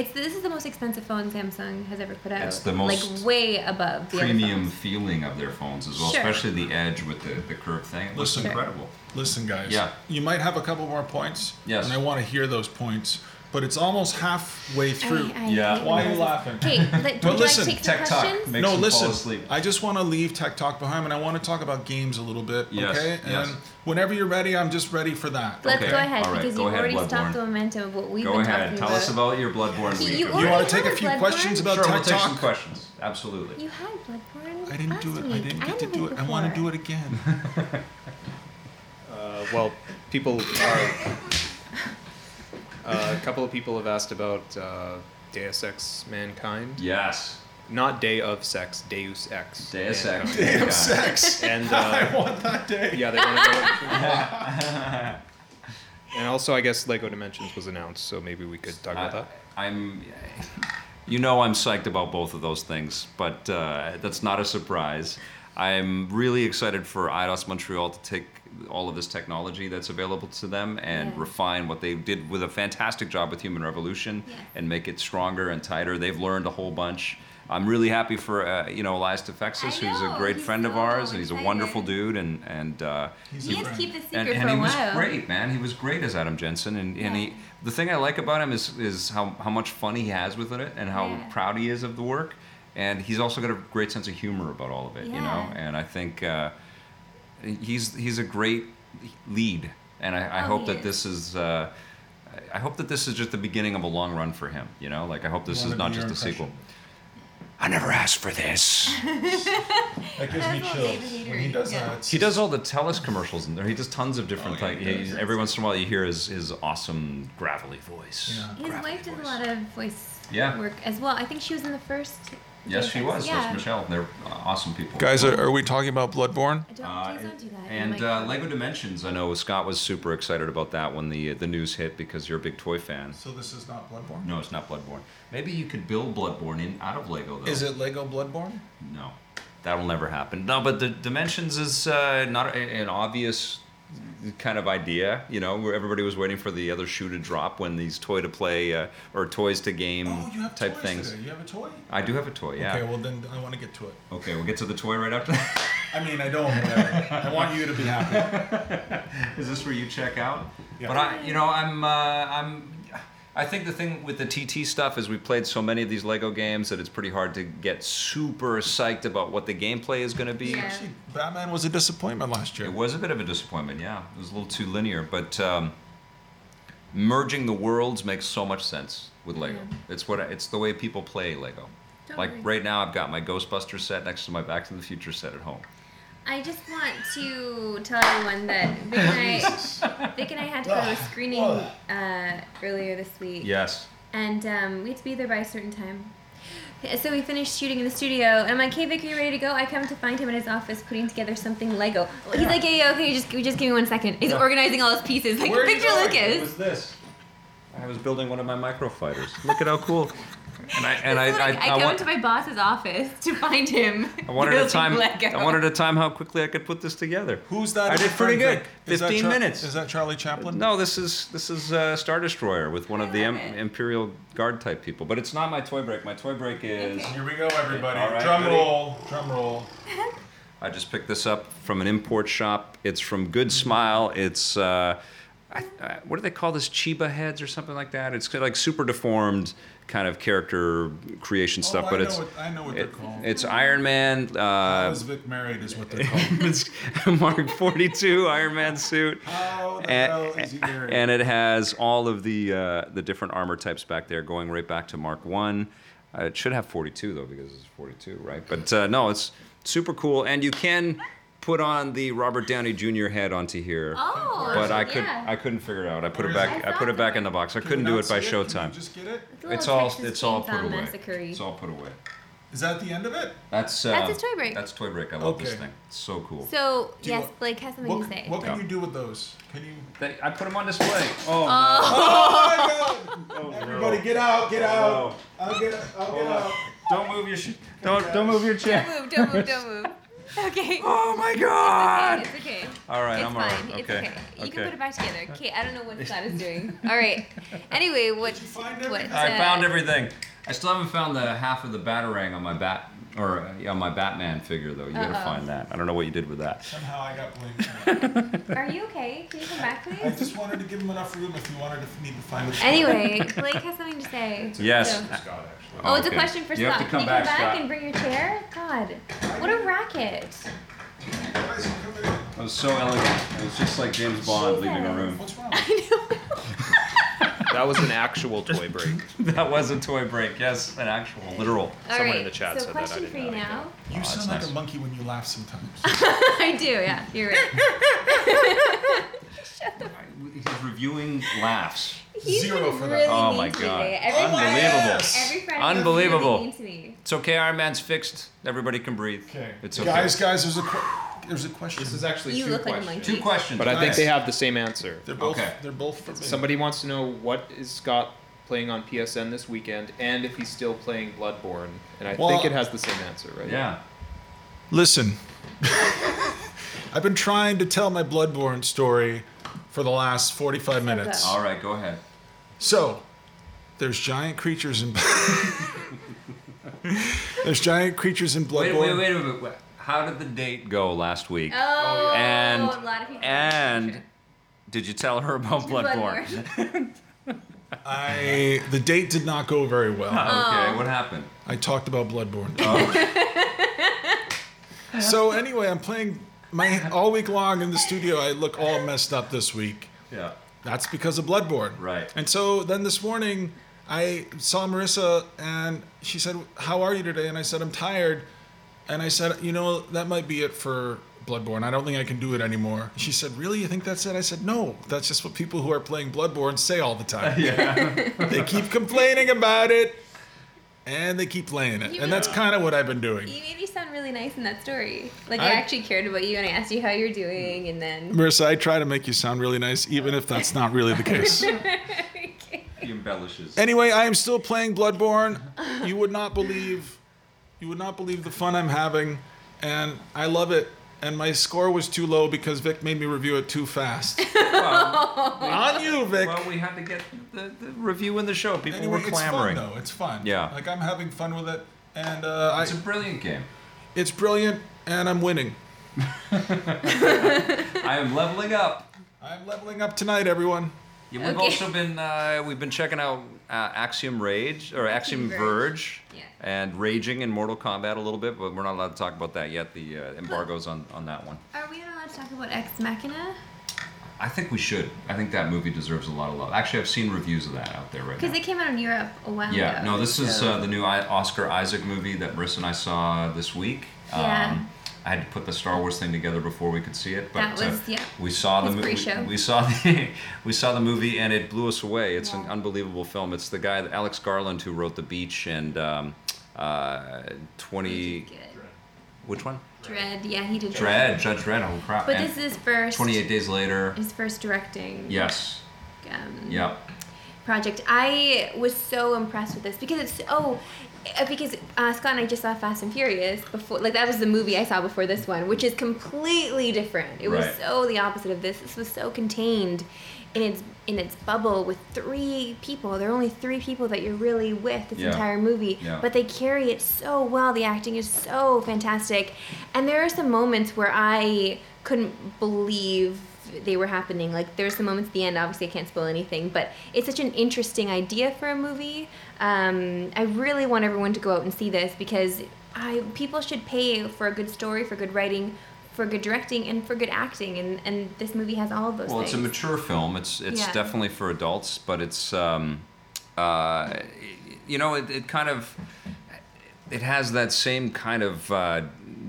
it's this is the most expensive phone Samsung has ever put out. It's the most like way above the other premium phones. feeling of their phones as well, Sure. especially the edge with the, the curved thing. It looks Listen. incredible. Listen, guys. Yeah. You might have a couple more points. Yes. And I want to hear those points, but it's almost halfway through. I, I Yeah. hate Why are you this. laughing? Okay, let, would But you like listen, to take some Tech Talk questions? makes no, them listen. fall asleep. I just want to leave Tech Talk behind, and I want to talk about games a little bit. Yes, Okay. yes. And whenever you're ready, I'm just ready for that. Let's Okay, go ahead all right, because go you've ahead, already Bloodborne. stopped the momentum of what we've Go been ahead. talking Tell us about. about your Bloodborne week. you if already you want have to take a a few Bloodborne? questions about sure, Tech we'll take some Talk? questions. Absolutely. You had Bloodborne. I didn't last do it. I week. didn't had get to a do week it. I want to before. do it again. Uh, well, people are. Uh, a couple of people have asked about uh, Deus Ex Mankind. Yes. Not Day of Sex, Deus Ex. Deus Ex. Mankind. Day Damn sex. And uh, I want that day. yeah, they want to go. and also, I guess Lego Dimensions was announced, so maybe we could talk about I, that. I'm. You know, I'm psyched about both of those things, but uh, that's not a surprise. I'm really excited for IDOS Montreal to take all of this technology that's available to them and Yeah. refine what they did with a fantastic job with Human Revolution Yes. and make it stronger and tighter. They've learned a whole bunch. I'm really happy for uh, you know Elias Defexis, I who's a know, great he's friend of so ours, and he's a excited. wonderful dude, and and uh, He's You a just friend. keep the secret and, for and a he was while. great, man. He was great as Adam Jensen, and, and Yeah. he. The thing I like about him is is how, how much fun he has with it, and how Yeah. proud he is of the work, and he's also got a great sense of humor about all of it, you know. Yeah. And I think uh, he's he's a great lead, and I, I Oh, hope he that is. this is. Uh, I hope that this is just the beginning of a long run for him. You know, like I hope this Wanna is not do just your a sequel. impression. I never asked for this. That gives me That's all chills David when he Hayter, does yeah. that. He does all the Telus commercials in there. He does tons of different Oh, yeah, things. he does. He's- every once in a while, you hear his, his awesome gravelly voice. Yeah. His Gravelly wife does a voice. lot of voice Yeah. work as well. I think she was in the first. Yes, she Jason. was. Yeah. That's Michelle. They're uh, awesome people. Guys, are, are we talking about Bloodborne? I don't, Uh, please don't do that. Oh and my uh, God. Lego Dimensions, I know Scott was super excited about that when the the news hit because you're a big toy fan. So this is not Bloodborne. No, it's not Bloodborne. Maybe you could build Bloodborne in out of Lego though. Is it Lego Bloodborne? No, that'll never happen. No, but the dimensions is uh, not a, an obvious kind of idea. You know, where everybody was waiting for the other shoe to drop when these toy to play uh, or toys to game Oh, you have type toys things. Today. You have a toy? I do have a toy. Yeah. Okay, well then I want to get to it. okay, we'll get to the toy right after. that. I mean, I don't. But I want you to be happy. is this where you check out? Yeah. But I, you know, I'm, uh, I'm. I think the thing with the TT stuff is we played so many of these Lego games that it's pretty hard to get super psyched about what the gameplay is going to be. Yeah. Actually, Batman was a disappointment last year. It was a bit of a disappointment, yeah. It was a little too linear, but um, merging the worlds makes so much sense with Lego. Yeah. It's what I- it's the way people play Lego. Totally. Like right now, I've got my Ghostbuster set next to my Back to the Future set at home. I just want to tell everyone that Vic and I, Vic and I had to go to a screening uh, earlier this week. Yes. And um, we had to be there by a certain time. So we finished shooting in the studio, and I'm like, "Hey, Vic, are you ready to go?" I come to find him in his office putting together something Lego. He's like, "Yeah, yeah, okay, just just give me one second. He's organizing all his pieces, like Victor Lucas. this? I was building one of my microfighters. Look at how cool. And I and I, So, like, I, I, come want, to my boss's office to find him. I wanted a building time. Lego. I wanted a time how quickly I could put this together. Who's that? I did pretty good. Is that Fifteen Char- minutes. Is that Charlie Chaplin? No, this is this is uh, Star Destroyer with one of the love em- it. Imperial Guard type people. But it's not my toy break. My toy break is Okay. Here we go, everybody. All right, drum ready? roll. Drum roll. I just picked this up from an import shop. It's from Good Mm-hmm. Smile. It's uh, I, I, what do they call this? Chiba heads or something like that. It's like super deformed kind of character creation stuff. oh, But I it's know what, I know what they're it, called. it's Iron Man. How Uh, is Vic married is what they're called. it's Mark 42 Iron Man suit. Uh, How the hell and, is he married? and it has all of the uh, the different armor types back there, going right back to Mark One. Uh, it should have 42 though, because it's 42, right? But uh, no, it's super cool, and you can put on the Robert Downey Jr. head onto here. Oh, But I could yeah. I couldn't figure it out. I put Where it is back it? I put it back in the box. I Can we couldn't do not it by see Can showtime. we just get it? a It's little all Texas it's all Chainsaw put away. Massacre-y. It's all put away. Is that the end of it? That's uh, That's his toy break. That's toy break. I love this Okay. thing. It's so cool. So Do you yes, want- Blake has something What, to say. what can Yeah. you do with those? Can you? They- I put them on display. Oh, Uh, Oh my God! no. Everybody, get out! Get Oh, out! I'll get. I'll get Hold on. out. Don't move your sh- don't don't move your chair. Don't move! Don't move! Don't move! Okay. Oh my god! It's okay. All right, It's I'm all fine. right. It's Okay. okay. You Okay. can put it back together. Okay. I don't know what Scott is doing. All right. Anyway, what? you find what? everything? I uh, found everything. I still haven't found the half of the batarang on my bat or uh, yeah, on my Batman figure though. You gotta Uh-oh. find that. I don't know what you did with that. Somehow I got blamed. Are you okay? Can you come back, I please? just wanted to give him enough room if you wanted to need to find the. Anyway, Blake has something to say. Yes. So- Scott, actually. Oh, it's a okay. question for You Scott. have to come Can back, you come back Scott. and bring your chair? God, what a racket! Guys, come here. That was so elegant. It was just like James Bond leaving a room. What's wrong? That was an actual toy break. That was a toy break. Yes, an actual literal. All right. Someone in the chat so said that. I question did for you not hear. now. You that's sound like nice. a monkey when you laugh sometimes. I do. Yeah, you're right. He's reviewing laughs. He's Zero been for that. really Oh mean my to me God. today. Every Unbelievable. Friday, every Friday he's Unbelievable. Really mean to me. It's okay. Iron Man's fixed. Everybody can breathe. Okay. It's okay. Guys, guys, there's a que- there's a question. This is actually You two look like a questions. monkey. Two questions. But I think Nice. they have the same answer. they're both Okay. they're both forbidden. Somebody wants to know what is Scott playing on PSN this weekend, and if he's still playing Bloodborne. And I Well- think it has the same answer, right? Yeah. Listen. I've been trying to tell my Bloodborne story for the last 45 minutes. All right, go ahead. So, there's giant creatures in. there's giant creatures in Bloodborne. Wait, wait, wait a minute. Wait. How did the date go last week? Oh, and a lot of people. and did you tell her about Bloodborne? Bloodborne. I the date did not go very well. Okay, Oh. what happened? I talked about Bloodborne. Oh. so anyway, I'm playing my all week long in the studio. I look all messed up this week. Yeah. That's because of Bloodborne. Right. And so then this morning, I saw Marissa and she said, How are you today? And I said, I'm tired. And I said, You know, that might be it for Bloodborne. I don't think I can do it anymore. She said, Really? You think that's it? I said, No, that's just what people who are playing Bloodborne say all the time. they keep complaining about it and they keep playing it. You and that's know- E kind of what I've been doing. You made me sound really nice in that story. Like I, I- actually cared about you and I asked you how you're doing, and then Marissa, I try to make you sound really nice, even if that's not really the case. He embellishes. Anyway, I am still playing Bloodborne. You would not believe, you would not believe the fun I'm having, and I love it. And my score was too low because Vic made me review it too fast. On you, Oh. Vic. Well, we had to get the, the review in the show. People anyway, were it's fun clamoring. though. It's fun. Yeah. like I'm having fun with it, and uh, I, it's a brilliant game. it's brilliant, and I'm winning. I am leveling up. I'm leveling up tonight, everyone. Yeah, we've Okay. also been uh, we've been checking out uh, Axiom Rage or Axiom Axiom Verge, Verge. Yeah. and Raging in Mortal Kombat a little bit, but we're not allowed to talk about that yet. The uh, embargo's on on that one. are we not allowed to talk about Ex Machina? I think we should. I think that movie deserves a lot of love. Actually, I've seen reviews of that out there right now. Because it came out in Europe a while yeah, ago. no, this is uh, the new I- Oscar Isaac movie that Marissa and I saw this week. Um, Yeah. I had to put the Star Wars thing together before we could see it, but uh, That was- yeah. we saw the His movie. pre-show. We, we saw the we saw the movie, and it blew us away. It's an unbelievable film. It's the guy, Alex Garland, who wrote The Beach and um, uh, Twenty. Which one? Dread. Yeah, he did Dread, Judge Dredd. Oh crap! But and this is first. Twenty Eight Days Later. His first directing. Yes. Um, Yeah. project. I was so impressed with this because it's oh, uh, because uh, Scott and I just saw Fast and Furious before. Like that was the movie I saw before this one, which is completely different. It was Right. so the opposite of this. This was so contained in its in its bubble with three people. There are only three people that you're really with this Yeah. entire movie, Yeah. but they carry it so well. The acting is so fantastic, and there are some moments where I couldn't believe they were happening. Like there's some moments at the end. Obviously, I can't spoil anything, but it's such an interesting idea for a movie. Um, I really want everyone to go out and see this because I people should pay for a good story, for good writing, for good directing, and for good acting. And and this movie has all of those. Well, things. it's a mature film. It's it's Yeah. definitely for adults, but it's um, uh, you know it, it kind of it has that same kind of uh,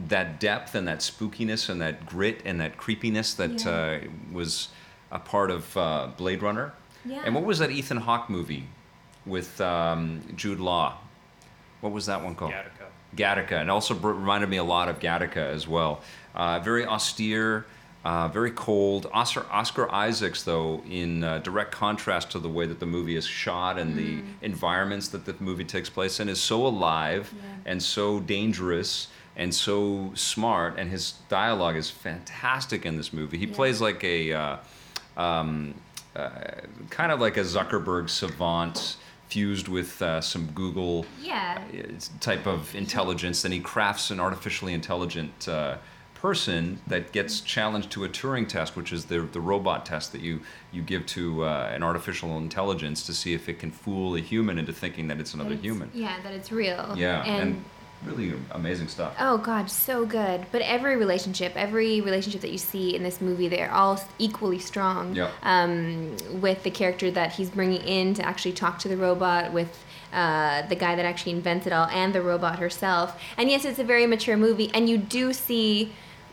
that depth and that spookiness and that grit and that creepiness that Yeah. uh, was a part of uh, Blade Runner. Yeah. And what was that Ethan Hawke movie with um, Jude Law? What was that one called? Gattaca. Gattaca, and also br- reminded me a lot of Gattaca as well. Uh, very austere, uh, very cold. Oscar, Oscar Isaacs, though, in uh, direct contrast to the way that the movie is shot and the environments that the movie takes place in, is so alive and so dangerous and so smart. And his dialogue is fantastic in this movie. He plays like a. Uh, um, kind of like a Zuckerberg savant fused with uh, some Google Yeah. uh, type of intelligence. Then he crafts an artificially intelligent uh, person that gets challenged to a Turing test, which is the, the robot test that you, you give to uh, an artificial intelligence to see if it can fool a human into thinking that it's another It's- human. Yeah, that it's real. Yeah, and and really amazing stuff. Oh God, so good. But every relationship, every relationship that you see in this movie, they're all equally strong. Yeah. Um, with the character that he's bringing in to actually talk to the robot, with uh, the guy that actually invents it all, and the robot herself. And yes, it's a very mature movie, and you do see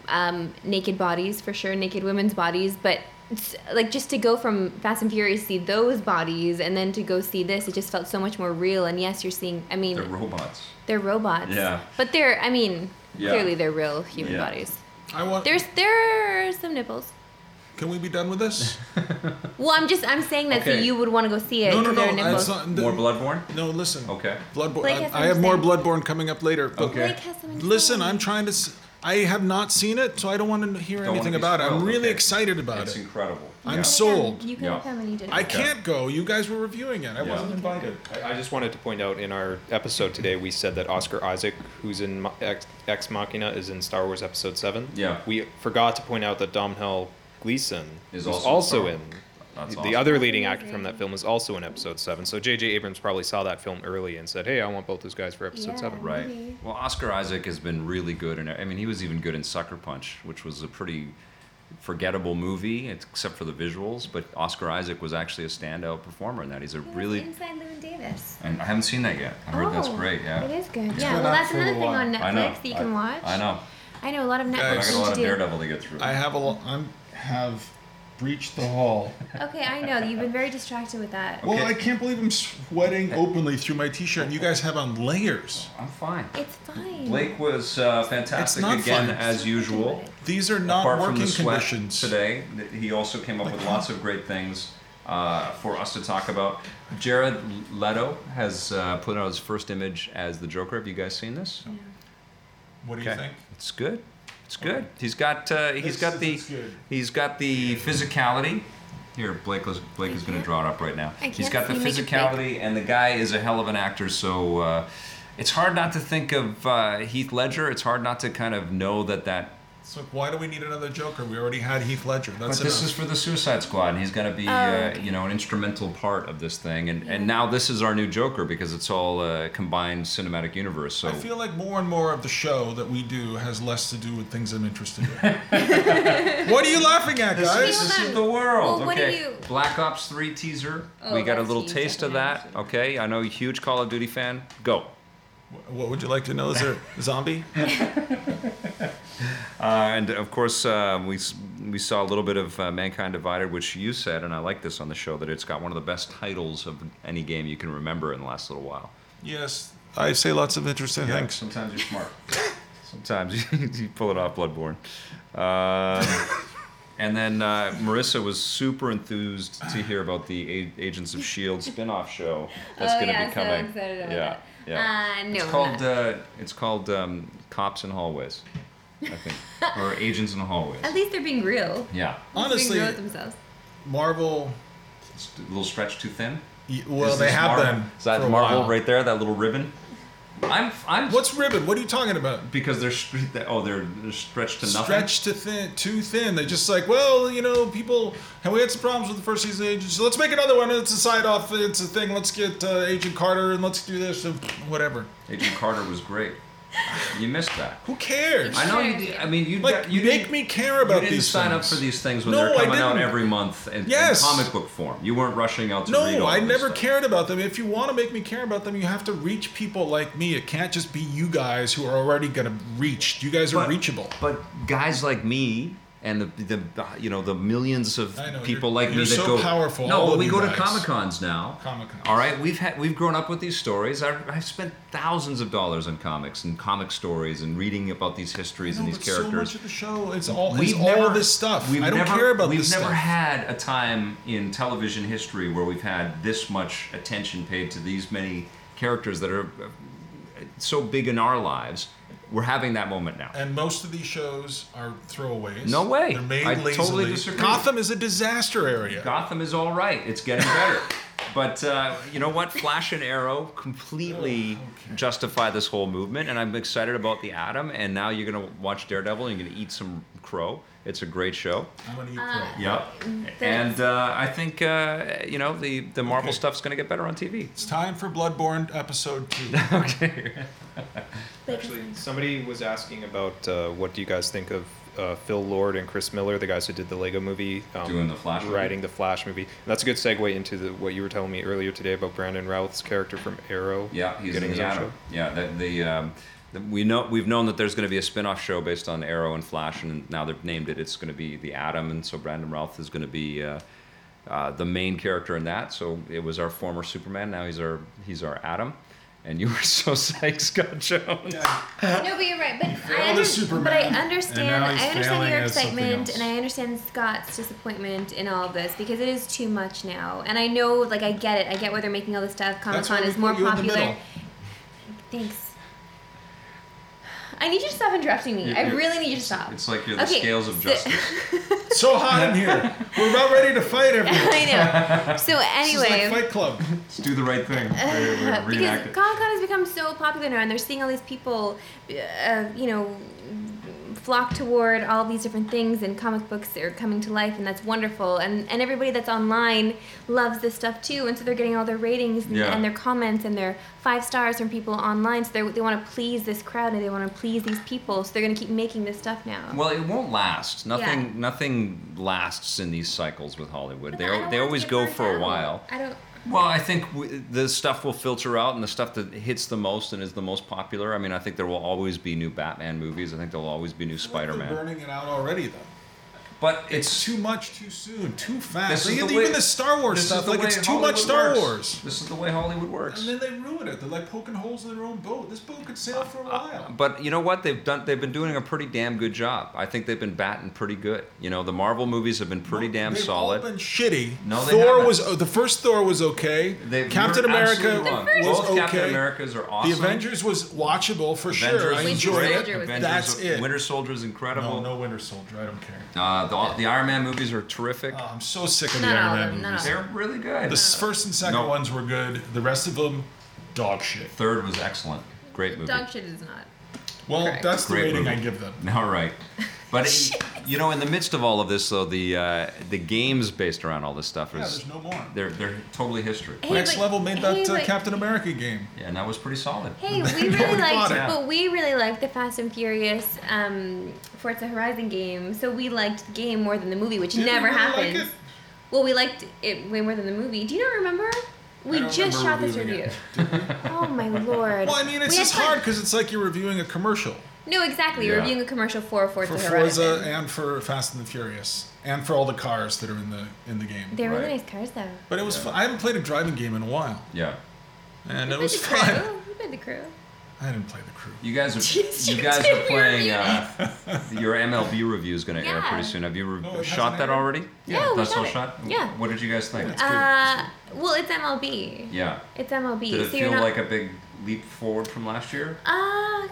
um, naked bodies for sure, naked women's bodies, but. it's- Like just to go from Fast and Furious to see those bodies, and then to go see this, it just felt so much more real. And yes, you're seeing. I mean, They're robots. they're robots. Yeah. But they're, I mean, Yeah. clearly they're real human Yeah. bodies. I want. There's there are some nipples. can we be done with this? Well, I'm just I'm saying that Okay. so you would want to go see it. no, no, because no. there are nipples. It's not, More Bloodborne? No, listen. Okay. Bloodborne. Blake I, has I have more something Bloodborne coming up later. But Okay. Blake has something to Listen, say. I'm trying to. s- I have not seen it, so I don't want to hear wanna anything be about it. I'm spoiled, really Oh, okay. excited about it's it. incredible. I'm Yeah. so- Sold. You can Yeah. come and you did. I can't go. You guys were reviewing it. I Yeah. wasn't invited. I I just wanted to point out in our episode today, we said that Oscar Isaac, who's in Ma- Ex, Ex Machina, is in Star Wars Episode Seven. Yeah. We forgot to point out that Domhnall Gleeson Is is also also, in Star in. Wars. That's the awesome. other leading actor from that film is also in Episode Seven. So J.J. Abrams probably saw that film early and said, "Hey, I want both those guys for Episode Yeah. 7. Right. Maybe. Well, Oscar Isaac has been really good, and I mean, he was even good in Sucker Punch, which was a pretty forgettable movie, except for the visuals. But Oscar Isaac was actually a standout performer in that. He's a really, Inside Llewyn Davis. and I haven't seen that yet. I heard that's Oh, great. Yeah. It is good. Yeah. been well, out that's for a another thing while. on Netflix I know. that you can I- watch. I know. I know a lot of Netflix I Guys, got things a lot to of do. Daredevil to get through. I have a. lo- I'm have breached the hall. Okay, I know. You've been very distracted with that. Well, Okay. I can't believe I'm sweating openly through my t-shirt, and you guys have on layers. I'm fine. It's fine. Blake was uh, fantastic not again, fun. as usual. These are not Apart working from the sweat conditions. today, th- he also came up with lots of great things uh, for us to talk about. Jared Leto has uh, put out his first image as the Joker. Have you guys seen this? Yeah. What do you think? It's good. It's good. He's got uh, he's This got is- the it's good. he's got the physicality. Here, Blake is, Blake is going to can't- draw it up right now. I He's can't got the see make it big. physicality, and the guy is a hell of an actor. So uh, it's hard not to think of uh, Heath Ledger. It's hard not to kind of know that that. So why do we need another Joker? We already had Heath Ledger. But That's this enough. is for the Suicide Squad, and he's going to be, uh, Oh, okay. you know, an instrumental part of this thing. And, and now this is our new Joker because it's all uh, combined cinematic universe. So I feel like more and more of the show that we do has less to do with things I'm interested in. what are you laughing at, This, guys? this Hold is on. the world. Well, what do okay. you- Black Ops 3 teaser. Oh, we got a that's little huge. taste of That's that. Okay. I know you're a huge Call of Duty fan. Go. What would you like to know? Is there a zombie? Uh, and of course, uh, we s- we saw a little bit of uh, Mankind Divided, which you said, and I like this on the show that it's got one of the best titles of any game you can remember in the last little while. yes. I say lots of interesting things. Sometimes you're smart. Sometimes you, you pull it off, Bloodborne. Uh, and then uh, Marissa was super enthused to hear about the A- Agents of Shield E spin-off show that's Oh, going to yeah, be so coming. excited about yeah, that. yeah. Uh, no, it's I'm called not. Uh, it's called um, Cops in Hallways, I think, or Agents in Hallways. At least they're being real. Yeah, Honestly, being real with themselves. Marvel. it's a little stretch too thin. y- Well, Is they this have Marvel? been. Is that for a Marvel while. right there? That little ribbon. I'm I'm What's ribbon? What are you talking about? because they're stre- they- oh they're, they're stretched to nothing. Stretched to thin, too thin. They just like, well, you know, people. And we had some problems with the first season of Agent. So let's make another one. It's a side off. It's a thing. Let's get uh, Agent Carter and let's do this and whatever. Agent Carter was great. You missed that. Who cares? I know you. Did, I mean, you. like, you you make me care about You didn't these sign up things. for these things when No, they're I coming out didn't. every month in, in Yes. comic book form. You weren't rushing out to read No, all I of this never stuff. cared about them. If you want to make me care about them, you have to reach people like me. It can't just be you guys who are already gonna reached. You guys are But- reachable. But guys like me and the, the you know the millions of I know, people you're- like me you're that so go powerful, No, all but of we you go to guys. comic cons now. Comic-Cons. All right, we've had we've grown up with these stories. I've, I've spent thousands of dollars on comics and comic stories and reading about these histories No, and these but characters. so much of the show. It's all We've it's all never- this stuff. we've I don't never- care about We've this never stuff. had a time in television history where we've had this much attention paid to these many characters that are uh, so big in our lives. We're having that moment now. and most of these shows are throwaways. No way. They're made I lazily. totally disagree. Gotham is a disaster area. Gotham is all right. It's getting better. But uh, you know what? Flash and Arrow completely justify this whole movement, and I'm excited about the Atom. And now you're gonna watch Daredevil, and you're gonna eat some crow. It's a great show. I'm gonna eat crow. Yep. That's- And uh, I think uh, you know the the Marvel Okay. stuff's gonna get better on TV. It's time for Bloodborne episode two. Actually, somebody was asking about uh, what do you guys think of uh, Phil Lord and Chris Miller, the guys who did the Lego movie, um, Doing the Flash movie? writing the Flash movie. And that's a good segue into the, what you were telling me earlier today about Brandon Routh's character from Arrow. Yeah, he's in getting his the own Atom. Yeah, the, the, um, the we know we've known that there's going to be a spin-off show based on Arrow and Flash, and now they've named it. It's going to be the Atom, and so Brandon Routh is going to be uh, uh, the main character in that. So it was our former Superman. Now he's our he's our Atom, and you were so psyched, Scott Jones. No, but you're right. But I, the under- Superman. but I And now understand. he's I understand failing your as something excitement, else. and I understand Scott's disappointment in all of this because it is too much now. And I know, like, I get it. I get why they're making all this stuff. Comic That's why Con we is more put you in the popular. middle. Thanks. I need you to stop interrupting me. You're- I you're- really need you to stop. It's like you're the scales of so- justice. It's so hot in here. We're about ready to fight everyone. I know. So This anyway, is like Fight Club. Let's do the right thing. We're, we're because reenact Comic it. Con has become so popular now, and they're seeing all these people, uh, you know, flock toward all these different things, and comic books are coming to life, and that's wonderful. And and everybody that's online loves this stuff too, and so they're getting all their ratings and, Yeah. and their comments and their five stars from people online. So they they want to please this crowd and they want to please these people, so they're gonna keep making this stuff now. Well, it won't last. Nothing. Yeah. Nothing lasts in these cycles with Hollywood. But They I al- don't they want it always to go burn for a out. while. I don't. Well, I think w- the stuff will filter out, and the stuff that hits the most and is the most popular. I mean, I think there will always be new Batman movies. I think there'll always be new They're Spider-Man. burning it out already, though. But It's it's too much, too soon, too This fast. is Like, the even way- the Star Wars this is stuff, the like way it's too Hollywood much Star works. Wars. This is the way Hollywood works. And then they ruin it. They're like poking holes in their own boat. This boat could sail Uh, for a while. But you know what? They've done. They've been doing a pretty damn good job. I think they've been batting pretty good. You know, the Marvel movies have been pretty damn They've all solid. been shitty. No, they Thor haven't. was oh, the first Thor was okay. They've- Captain you're absolutely America wrong. was Both okay. Captain Americas are awesome. The Avengers was watchable for sure. Avengers I is enjoyed great. Winter it. Soldier was Avengers- That's it. Winter Soldier is No, incredible. no Winter Soldier. I don't care. Uh, the, the Iron Man movies are terrific. Oh, I'm so sick of the Not all Iron of Man them, movies. not all of them. They're really good. The s- first and second No. ones were good. The rest of them, dog shit. third was excellent. Great movie. Dog shit is not. Well, Correct. that's the Great rating movie. I give them. All right. But it, you know, in the midst of all of this, though, the uh, the games based around all this stuff Yeah, is there's no more. they're they're totally history. Hey, Next but- level made that hey, uh, but- Captain America game. Yeah, and that was pretty solid. Hey, we really we bought liked, it. but we really liked the Fast and Furious um, Forza Horizon game. So we liked the game more than the movie, which Did we never really like happens. it? Well, we liked it way more than the movie. Do you not remember? We don't just remember shot this reviewing review. it. oh my lord! Well, I mean, it's We had just fun. hard because it's like you're reviewing a commercial No, exactly. Yeah. Reviewing a commercial for Forza for Horizon. Forza and for Fast and the Furious and for all the cars that are in the in the game. They're really Right. nice cars, though. But it was fun. I haven't played a driving game in a while, Yeah. and We it was played the fun. crew. We played the crew. I didn't play the crew. You guys are Yes, you you guys did. are We playing. reviewed Uh, your MLB review is going to air Yeah. pretty soon. Have you re- No, Oh, it shot hasn't that aired. already? Yeah, we that's shot all it. shot. Yeah. What did you guys think? good. Uh, well, it's MLB. Yeah. It's MLB. Did it so you're feel not... like a big leap forward from last year? Uh,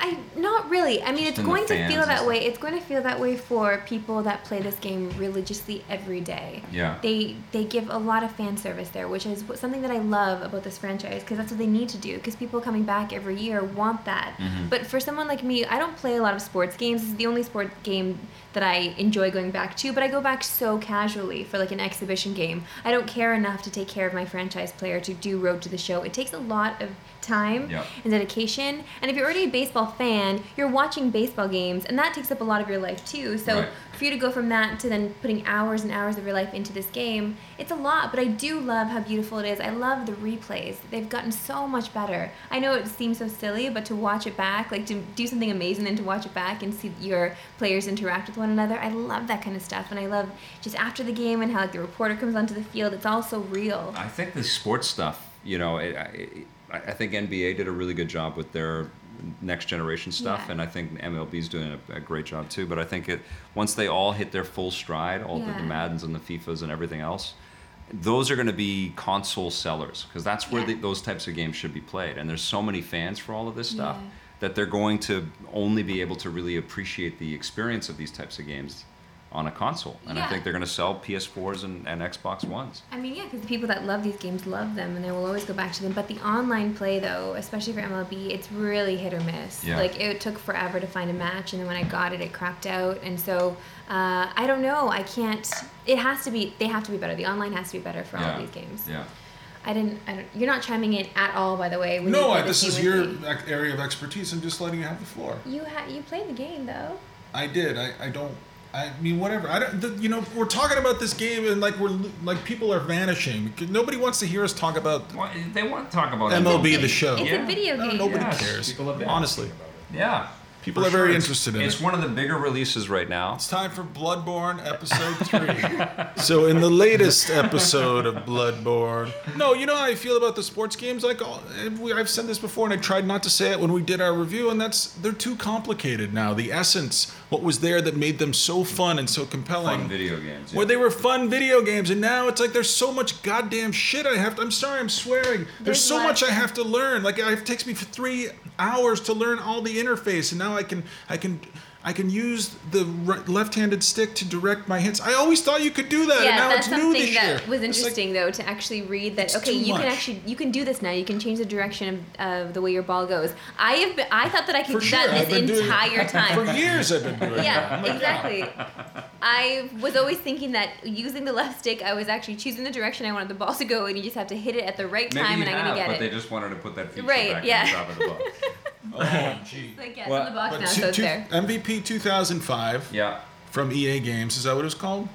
I not really. I mean, it's in the going to fans feel and that stuff. way. It's going to feel that way for people that play this game religiously every day. Yeah. They they give a lot of fan service there, which is what- something that I love about this franchise because that's what they need to do. Because people coming back every year want that. Mm-hmm. But for someone like me, I don't play a lot of sports games. This is the only sport game that I enjoy going back to. But I go back so casually for like an exhibition game. I don't care enough to take care of my franchise player to do Road to the Show. It takes a lot of time Yeah. and dedication. And if you're already a baseball fan, you're watching baseball games, and that takes up a lot of your life too. So Right. for you to go from that to then putting hours and hours of your life into this game, it's a lot. But I do love how beautiful it is. I love the replays. They've gotten so much better. I know it seems so silly, but to watch it back, like to do something amazing and to watch it back and see your players interact with one another, I love that kind of stuff. And I love just after the game and how like the reporter comes onto the field. It's all so real. I think the sports stuff, you know, it, I, I I think NBA did a really good job with their next generation stuff, Yeah. and I think MLB's doing a, a great job too. But I think it once they all hit their full stride, all the, Yeah. the Maddens and the Fifas and everything else, those are going to be console sellers because that's where Yeah. the, those types of games should be played. And there's so many fans for all of this stuff Yeah. that they're going to only be able to really appreciate the experience of these types of games on a console. And I Yeah. think they're going to sell PS4s and, and Xbox Ones. I mean, yeah, because the people that love these games love them, and they will always go back to them. But the online play, though, especially for MLB, it's really hit or miss. Yeah. Like it took forever to find a match, and then when I got it, it crapped out. And so uh, I don't know. I can't. It has to be. They have to be better. The online has to be better for all yeah. of these games. Yeah. I didn't. I don't, you're not chiming in at all, by the way. when you No, play I, this game is with your me. ac- area of expertise. I'm just letting you have the floor. You ha- you played the game though. I did. I, I don't. I mean, whatever. I don't. The, you know, we're talking about this game, and like we're lo- like people are vanishing. Nobody wants to hear us talk about. Well, they want to talk about MLB. Be it. the show. It's Yeah. a video No, game. nobody Yes. cares. People have been Honestly, asking about it. Yeah. People For are very sure. interested in It's it. one of the bigger releases right now. It's time for Bloodborne episode three. so, in the latest episode of Bloodborne, no, you know how I feel about the sports games. Like all, and we- I've said this before, and I tried not to say it when we did our review, and that's they're too complicated now. The essence, what was there that made them so fun and so compelling, Fun video games. yeah. where they were fun video games, and now it's like there's so much goddamn shit I have. To, I'm sorry, I'm swearing. There's, There's so lots. much I have to learn. Like it takes me three hours to learn all the interface, and now I can I can I can use the r left-handed stick to direct my hands. I always thought you could do that, and Yeah, now that's it's new something this year. that was It's like, interesting though to actually read that. It's Okay, too you much. can actually you can do this now. You can change the direction of, of the way your ball goes. I have been, I thought that I could For do sure, I've that been this doing it entire time. for years I've been doing that. Yeah, exactly. I was always thinking that using the left stick, I was actually choosing the direction I wanted the ball to go, and you just have to hit it at the right Maybe time, you and I'm have, gonna get but it. they just wanted to put that feature Right, back yeah. on the top of the box. Oh, gee. Like, yeah, it's Well, on the box But now, two- so it's two- there. MVP 2005 Yeah. from EA Games. Is that what it was called?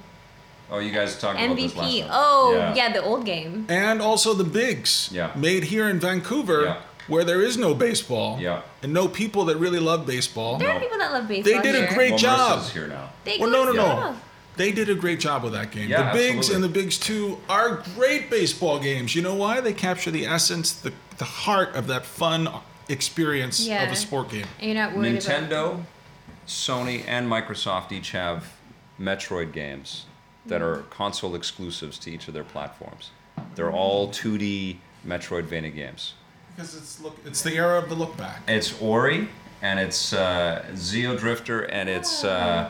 Oh, you guys talked about this last MVP. time. Oh, yeah. the old game. and also the bigs Yeah. made here in Vancouver Yeah. where there is no baseball Yeah. and no people that really love baseball. There are No. people that love baseball. did a here. great- well, job. Marissa's here now. They Well, go no, no, to no. stuff. They did a great job with that game. Yeah, the Bigs absolutely. and the Bigs 2 are great baseball games. You know why? They capture the essence, the, the heart of that fun experience of Yeah. a sport game. And you're not worried about Nintendo, Sony, and Microsoft each have Metroid games that are Hmm. console exclusives to each of their platforms. They're all 2D Metroidvania games. Because it's look, it's the era of the look back. It's Ori, and it's uh, Zeo Drifter, and it's uh,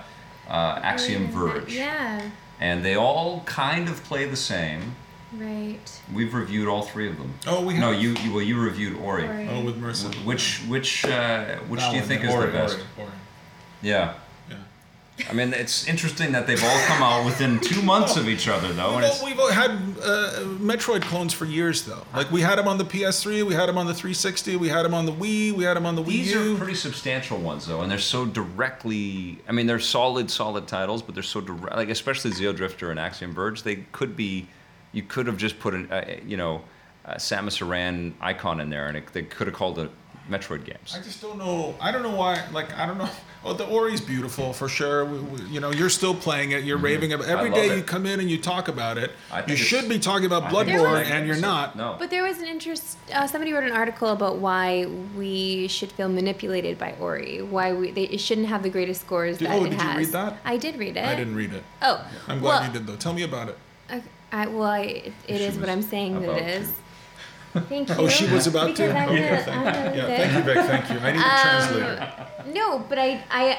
uh, Axiom Verge. Oh, Yeah, And they all kind of play the same. right. We've reviewed all three of them. Oh, we No, have- you, you well, you reviewed Ori. Ori. Oh, with Marissa. Which which uh, which That do you one, think is Ori, the best? Ori, Ori. Yeah. Yeah. I mean, it's interesting that they've all come out within two months of each other, though. And Well, it's, we've had uh, Metroid clones for years, though. Like we had them on the PS3, we had them on the 360, we had them on the Wii, we had them on the Wii these U. are pretty substantial ones, though, and they're so directly. I mean, they're solid, solid titles, but they're so direct. Like especially Zeo Drifter and Axiom Verge, they could be. You could have just put an, uh, you know, uh, Samus Aran icon in there, and it, they could have called it Metroid games. I just don't know. I don't know why. Like I don't know. Oh, the Ori's beautiful for sure. We, we, you know, you're still playing it. You're raving about. Every Mm-hmm. love day it. you come in and you talk about it. I think You it's- should be talking about I think it's Bloodborne, like- and you're not. No. But there was an interest. Uh, somebody wrote an article about why we should feel manipulated by Ori. Why we they it shouldn't have the greatest scores Did- that oh, it did you has. read that? I did read it. I didn't read it. Oh, I'm glad well, you did though. Tell me about it. I, I, well, I, it, it She is what was I'm saying that about it is. to. Thank you. Oh, she was about because to. I'm Okay, gonna- thank I'm gonna Yeah, say- thank you, Beck. Thank you. I need Um, a translator. No, but I, I,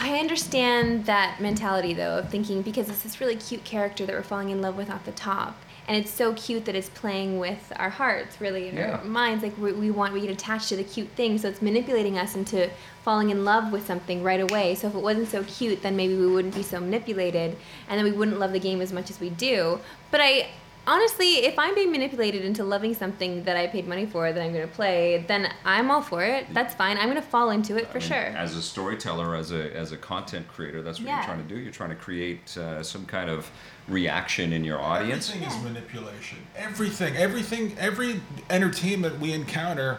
I understand that mentality though of thinking because it's this really cute character that we're falling in love with off the top, and it's so cute that it's playing with our hearts, really, and Yeah. our minds. Like we, we want, we get attached to the cute thing, so it's manipulating us into falling in love with something right away. So if it wasn't so cute, then maybe we wouldn't be so manipulated, and then we wouldn't love the game as much as we do. But I. Honestly, if I'm being manipulated into loving something that I paid money for that I'm going to play, then I'm all for it. That's fine. I'm going to fall into it for I mean, sure. As a storyteller, as a as a content creator, that's what you're Yeah. trying to do. You're trying to create uh, some kind of reaction in your audience. Everything is manipulation. Everything, everything, every entertainment we encounter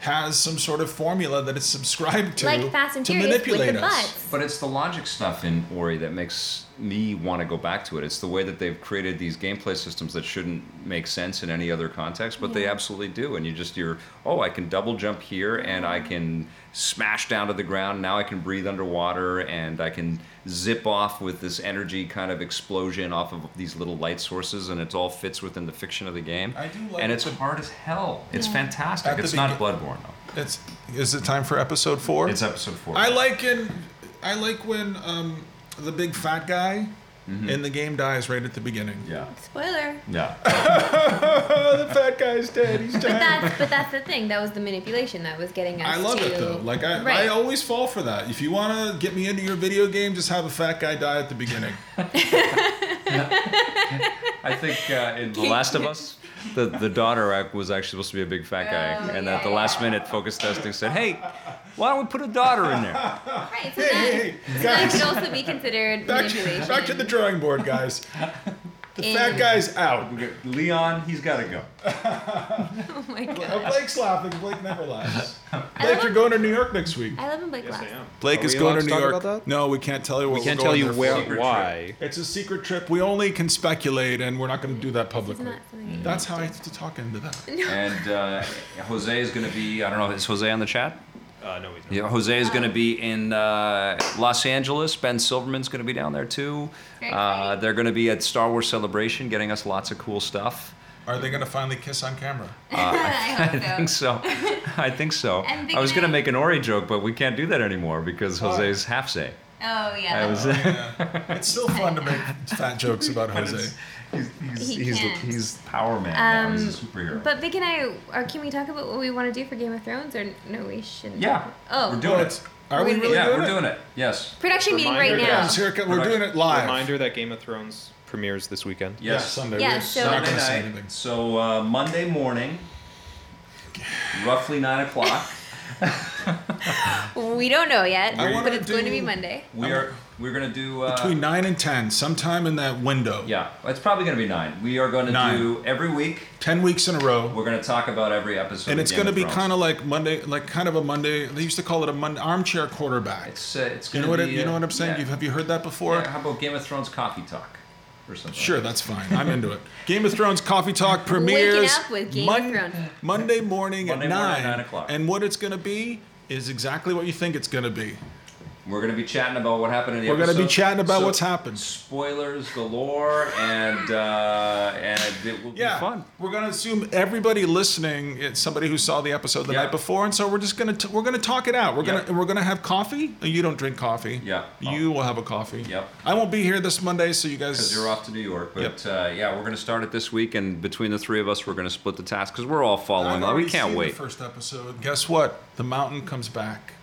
has some sort of formula that it's subscribed to like Fast and to Furious with manipulate the us. butts. But it's the logic stuff in Ori that makes me want to go back to it. It's the way that they've created these gameplay systems that shouldn't make sense in any other context, but they Yeah. absolutely do. And you just you're oh, I can double jump here, and I can smash down to the ground. Now I can breathe underwater, and I can zip off with this energy kind of explosion off of these little light sources, and it all fits within the fiction of the game. I do like and it's the- hard as hell. It's Yeah. fantastic. At the It's not begin- Bloodborne though. It's, is it time for episode four? It's episode four. I like in I like when um, the big fat guy in the game dies right at the beginning. Mm-hmm. Yeah. Spoiler. Yeah. Oh, the fat guy's dead. He's But dead. that's but that's the thing. That was the manipulation that was getting us. I love to, it though. Like I, I Right. always fall for that. If you want to get me into your video game, just have a fat guy die at the beginning. I think uh, in The Last of Us, the, the daughter act was actually supposed to be a big fat guy, Oh, and yeah, at the yeah. last minute, focus testing said, "Hey, why don't we put a daughter in there?" right. So hey, that, hey, hey, so that guys. could also be considered Back to, manipulation. back to the drawing board, guys. The in- fat guy's out. Leon, he's got to go. Oh my Uh, god. Blake's laughing. Blake never laughs. I Blake, love, you're going to New York next week. I love when Blake Yes, I laughs. am. Blake Are is we going allowed to New talk York. about that? No, we can't tell you. What We we're can't going tell you there for. where, Secret why. It's a secret trip. We only can speculate, and we're not going to do that It's publicly. not something. That's how I have to talk into that. And uh, Jose is going to be, I don't know, is Jose on the chat? Uh, no, he's not. Yeah, Jose is going to be in uh, Los Angeles. Ben Silverman's going to be down there too. Very Uh, exciting. they're going to be at Star Wars Celebration, getting us lots of cool stuff. Are they going to finally kiss on camera? I I hope think so. so. I think so. Uh. And I was they're going to gonna- make an Ori joke, but we can't do that anymore because Why? Jose's half say. Oh I yeah. was. Yeah. It's still fun to make fat jokes about Jose. He's, he's, He he's, can't. he's Power Man now. He's a Um, superhero. But Vic and I, are, can we talk about what we want to do for Game of Thrones, or no, we shouldn't? yeah. Oh. We're Well, doing it. it's- Are we Wait, really Yeah, doing we're it? doing it. Yes. Production meeting right Reminder Here it now. comes, here it comes. We're doing it live. Reminder that Game of Thrones premieres this weekend. Yeah, Yes. Sunday. Yeah, We're so- not Sunday going to say night. anything. So uh, Monday morning, roughly nine o'clock. We don't know yet, I wanna but it's going to do- be Monday. We are we're gonna do uh, Between 9 and 10, sometime in that window. yeah. It's probably gonna be nine. We are gonna Nine. do every week. 10 weeks in a row. We're gonna talk about every episode. And of it's Game going to of be Thrones. kind of like Monday, like kind of a Monday. They used to call it a Monday armchair quarterback. It's, uh, it's you gonna know what? I- be, you uh, know what I'm saying? yeah. You've, have you heard that before? Yeah, how about Game of Thrones coffee talk or something? Sure, that's fine. I'm into it. Game of Thrones Coffee Talk premieres up with Game of Thrones. Monday morning Monday morning at nine. at 9 o'clock. And what it's going to be is exactly what you think it's going to be. We're gonna be chatting about what happened in the We're episode. going to be chatting about So, what's happened. Spoilers galore, and uh, and it will Yeah, be fun. we're going to assume everybody listening is somebody who saw the episode the Yeah. night before, and so we're just going to we're going to talk it out. We're Yeah. going to and we're going to have coffee. You don't drink coffee. Yeah. you will have a coffee. Yep. I won't be here this Monday, so you guys. Because you're off to New York, but uh, yeah, we're gonna start it this week, and between the three of us, we're gonna split the task because we're all I've following. along. already We can't seen wait. The first episode. Guess what? The mountain comes back.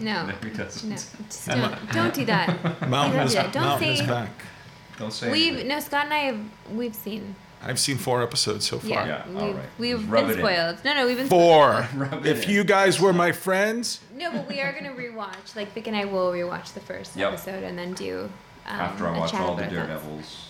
No. No, he doesn't. No, just don't, don't do that. Mountain Don't is, do that. Don't mountain is say- back. Don't say We've anything. no Scott and I have we've seen. I've seen four episodes so far. Yeah, Yeah, all we've, right. we've Rub been it in. spoiled. No, no, we've been Four. Rub it if in. you guys were my friends, No, but we are gonna rewatch. Like Vic and I will rewatch the first Yep. episode and then do. Um, After I a watch chat all the about that. Daredevils.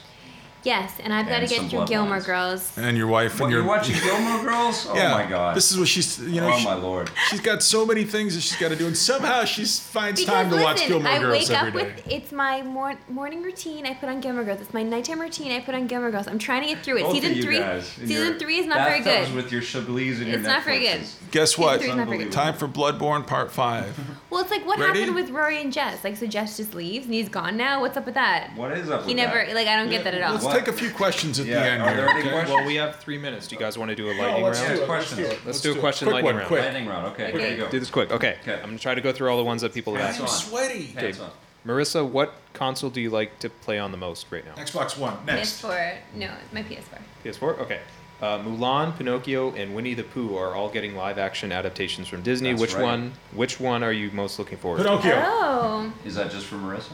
Yes, and I've got to And some get through Gilmore Bloodlines. Girls. and your wife, What, and you're your watching Gilmore Girls? Oh Yeah, my god. This is what she's. You know, oh she- my lord. she's got so many things that she's got to do, and somehow she finds Because time to listen, watch Gilmore I Girls wake every up day. with it's my mor- morning routine. I put on Gilmore Girls. It's my nighttime routine. I put on Gilmore Girls. I'm trying to get through it. Both season of you three. guys in season your three is not very bathtubs good. With your Chablis and your It's not very good. Netflixes. Guess what? Season three's not very good. Time for Bloodborne Part Five. Well, it's like what Ready? happened with Rory and Jess. Like, so Jess just leaves and he's gone now. What's up with that? What is up He with never that? like I don't get that at all. Let's What? take a few questions at Yeah, the end are here. there any okay? questions? Well, we have three minutes. Do you guys want to do a lightning No, let's round? do it, Questions. do it, Let's do a question Quick lightning one, round. quick. Lightning round. Okay, there you go. Do this quick. Okay. Okay. I'm gonna try to go through all the ones that people have Hands asked. I'm on. sweaty. Hands on. Marissa, what console do you like to play on the most right now? Xbox One. Next. PS4. No, it's my PS4. PS4. Okay. Uh, Mulan, Pinocchio, and Winnie the Pooh are all getting live-action adaptations from Disney. That's which right. one? Which one are you most looking forward to? Pinocchio. Oh, Is that just for Marissa?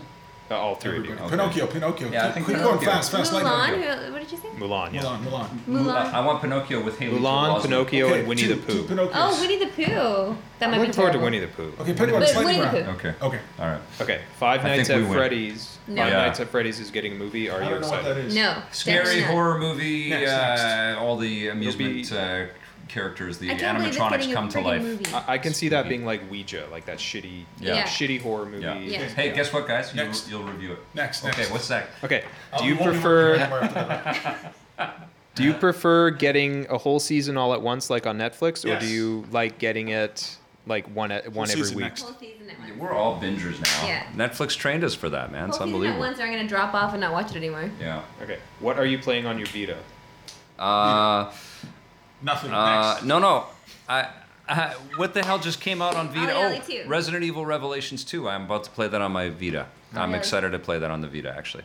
Uh, all three of you. Okay. Pinocchio. Pinocchio. Yeah, I Keep- think keep going Pinocchio. fast, fast. lightning round. Mulan. Who- What did you say? Mulan. Yeah. Mulan. Mulan. Mulan. I want Pinocchio with Haley. Joel Mulan, Osment. Pinocchio, Okay, and Winnie two- the Pooh. Two Pinocchios. Oh, Winnie the Pooh. That I'm might be looking forward to terrible. Winnie the Pooh. Okay, pick Wait, one. lightning Winnie the round. Pooh. Okay. Okay. All right. Okay, Five I Nights think at we win. Freddy's. No. Five Yeah. Nights at Freddy's is getting a movie. Are I you don't know what excited? that is. No. Scary definitely not. horror movie. Next, uh, all the amusement It'll be- uh, characters, the I can't believe it's animatronics getting come a to friggin' life. movie. I, I can see that being like Ouija, like that shitty, Yeah. Yeah. shitty horror movie. Yeah. Yeah. Hey, guess what, guys? You'll, Next. you'll review it. Next, Okay, next. what's that? Okay. Oh, Do you we won't be prefer? working anymore after that. Do you prefer getting a whole season all at once, like on Netflix, or Yes. do you like getting it like one at one every season week? next. Whole season at once. We're all bingers now. Yeah. Netflix trained us for that, man. It's Whole season at unbelievable. once, or I'm gonna drop off and not watch it anymore. Yeah. Okay. What are you playing on your Vita? Uh, Nothing. uh, Next. no, no. I, I, what the hell just came out on Vita? Oh, yeah, me too. Resident Evil Revelations 2. I'm about to play that on my Vita. I'm Really? excited to play that on the Vita, actually.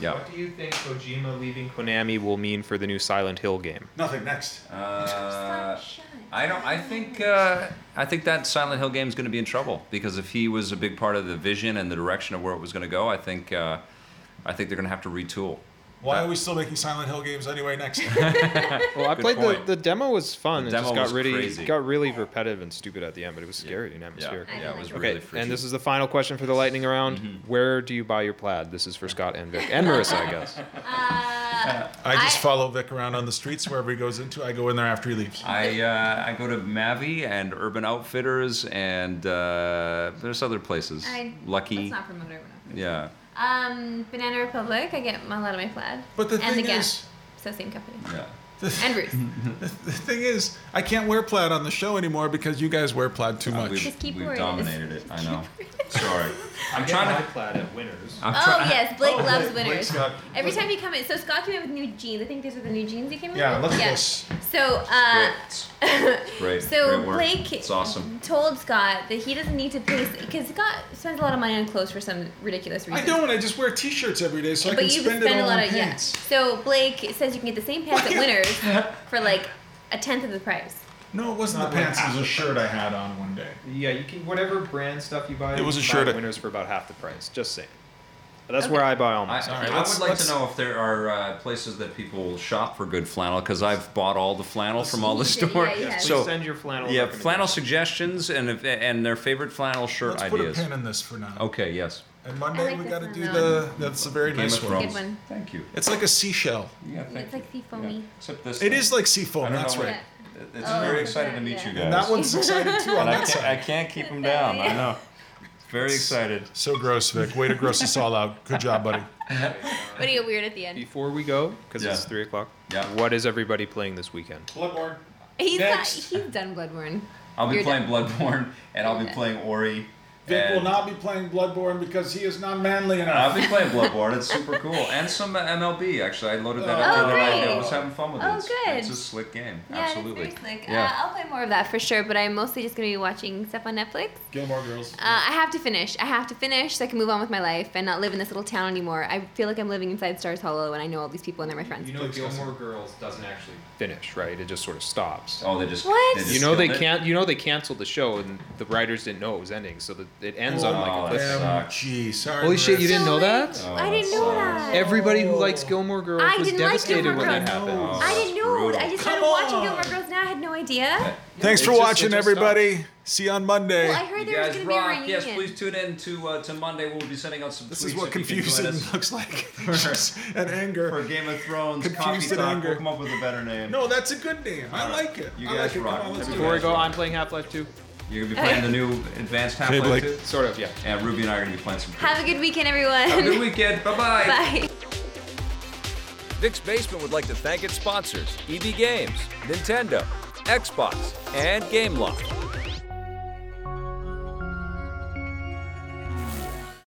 Yeah. do you think Kojima leaving Konami will mean for the new Silent Hill game? Nothing. Next. Uh, Shut. I don't. I think. Uh, I think that Silent Hill game is going to be in trouble because if he was a big part of the vision and the direction of where it was going to go, I think. Uh, I think they're going to have to retool. Why are we still making Silent Hill games anyway? Next. Well, I Good played point. the the demo was fun. The it demo just got was really crazy. got really repetitive and stupid at the end, but it was scary and Yeah. atmospheric. Yeah. It was Okay, Okay, really. freaky. Mm-hmm. and this is the final question for the lightning round. Where do you buy your plaid? This is for Scott and Vic and Marissa, I guess. Uh, I just I- follow Vic around on the streets wherever he goes into. I go in there after he leaves. I uh, I go to Mavi and Urban Outfitters and uh, there's other places. I, Lucky. Let's not promote everyone. Yeah. Um, Banana Republic. I get a lot of my plaid. But the and thing the Gap. is- so same company. Yeah. And Roots. The thing is, I can't wear plaid on the show anymore because you guys wear plaid too much. We've, Just keep we've wearing it. dominated it. I know. Sorry. I'm Trying trying my to. plaid at Winners. I'm oh trying, yes, Blake Oh, loves Blake- winners. Blake's got- Every time you come in, so Scott came in with new jeans. I think these are the new jeans you came in. Yeah, with? look at this. So, uh, Great. so Great work. Blake It's awesome. told Scott that he doesn't need to pay because Scott spends a lot of money on clothes for some ridiculous reason. I don't. I just wear T-shirts every day, so I but can you spend, spend it a all lot on of yeah. pants. So Blake says you can get the same pants at Winners for like a tenth of the price. No, it wasn't Not the pants. like- It was a shirt I had on one day. Yeah, you can whatever brand stuff you buy. It you was a can shirt buy at- at Winners for about half the price. Just saying. That's Okay. where I buy all I, my stuff. right, I let's- would like let's- to know if there are uh, places that people shop for good flannel because I've bought all the flannel from all the You did, store. yeah, you have. Please So send your flannel. yeah, recommendations. flannel suggestions and if, and their favorite flannel shirt Let's ideas. put a pin in this for now. okay, yes. And Monday I like we this got to one, do that the. That's a very Game nice of one. Thrones. one. Thank you. It's like a seashell. Yeah, thank It's like you. seafoamy. Yeah. Except this. It thing. is like I seafoam. don't That's know right. what- It's Oh, very excited to yeah. meet you guys. And that one's excited too on And I that can't, side. I can't keep them down. I know. Very excited. So gross, Vic. Way to gross us all out. Good job, buddy. But he got weird at the end. Before we go, because Yeah. it's three o'clock. Yeah. What is everybody playing this weekend? Bloodborne. He's not, Next. he's done Bloodborne. I'll be You're playing Bloodborne and I'll be Okay. playing Ori. Vic will and not be playing Bloodborne because he is not manly I'll enough. be playing Bloodborne. It's super cool. And some uh, MLB, actually. I loaded that Oh, up the other night. great. I was having fun with it. Oh, It's- good. It's a slick game. Yeah, Absolutely. It's very slick. Yeah. Uh, I'll play more of that for sure, but I'm mostly just going to be watching stuff on Netflix. Gilmore Girls. Uh, I have to finish. I have to finish so I can move on with my life and not live in this little town anymore. I feel like I'm living inside Stars Hollow and I know all these people and they're my friends. You know, Gilmore Girls doesn't actually finish, right? It just sort of stops. Oh, they just. What? They just You know they killed it? can't. You know they canceled the show, and the writers didn't know it was ending, so that it ends on like a Oh, cliff. that's- Um, sucks. gee, sorry. Holy shit, you Marissa. didn't know that? So I didn't Oh, know that's- that. Everybody who likes Gilmore Girls I was didn't like devastated Gilmore when that Girls. happened. Oh, I that's didn't know. brutal. I just Come started watching on. Gilmore Girls now. I had no idea. Thanks It for just- it watching, just everybody. See you on Monday. Well, I heard You there was guys going to be a rock. reunion. Yes, please tune in to uh, to Monday. We'll be sending out some This tweets. is what if you can join confusing us looks like. and anger. for Game of Thrones. Coffee Confused and talk. angry. We'll come up with a better name. No, that's a good name. I All right. like it. You I guys like it. Come rock. on, let's do Before it. we go, I'm playing Half Life 2. You're gonna be playing the new Advanced Half-Life Blake. 2. Sort of, yeah. And Ruby and I are gonna be playing some. Have a good weekend, everyone. Have a good weekend. Bye-bye. Bye. Vic's Basement would like E to thank its sponsors EB Games, Nintendo, Xbox, and Gameloft.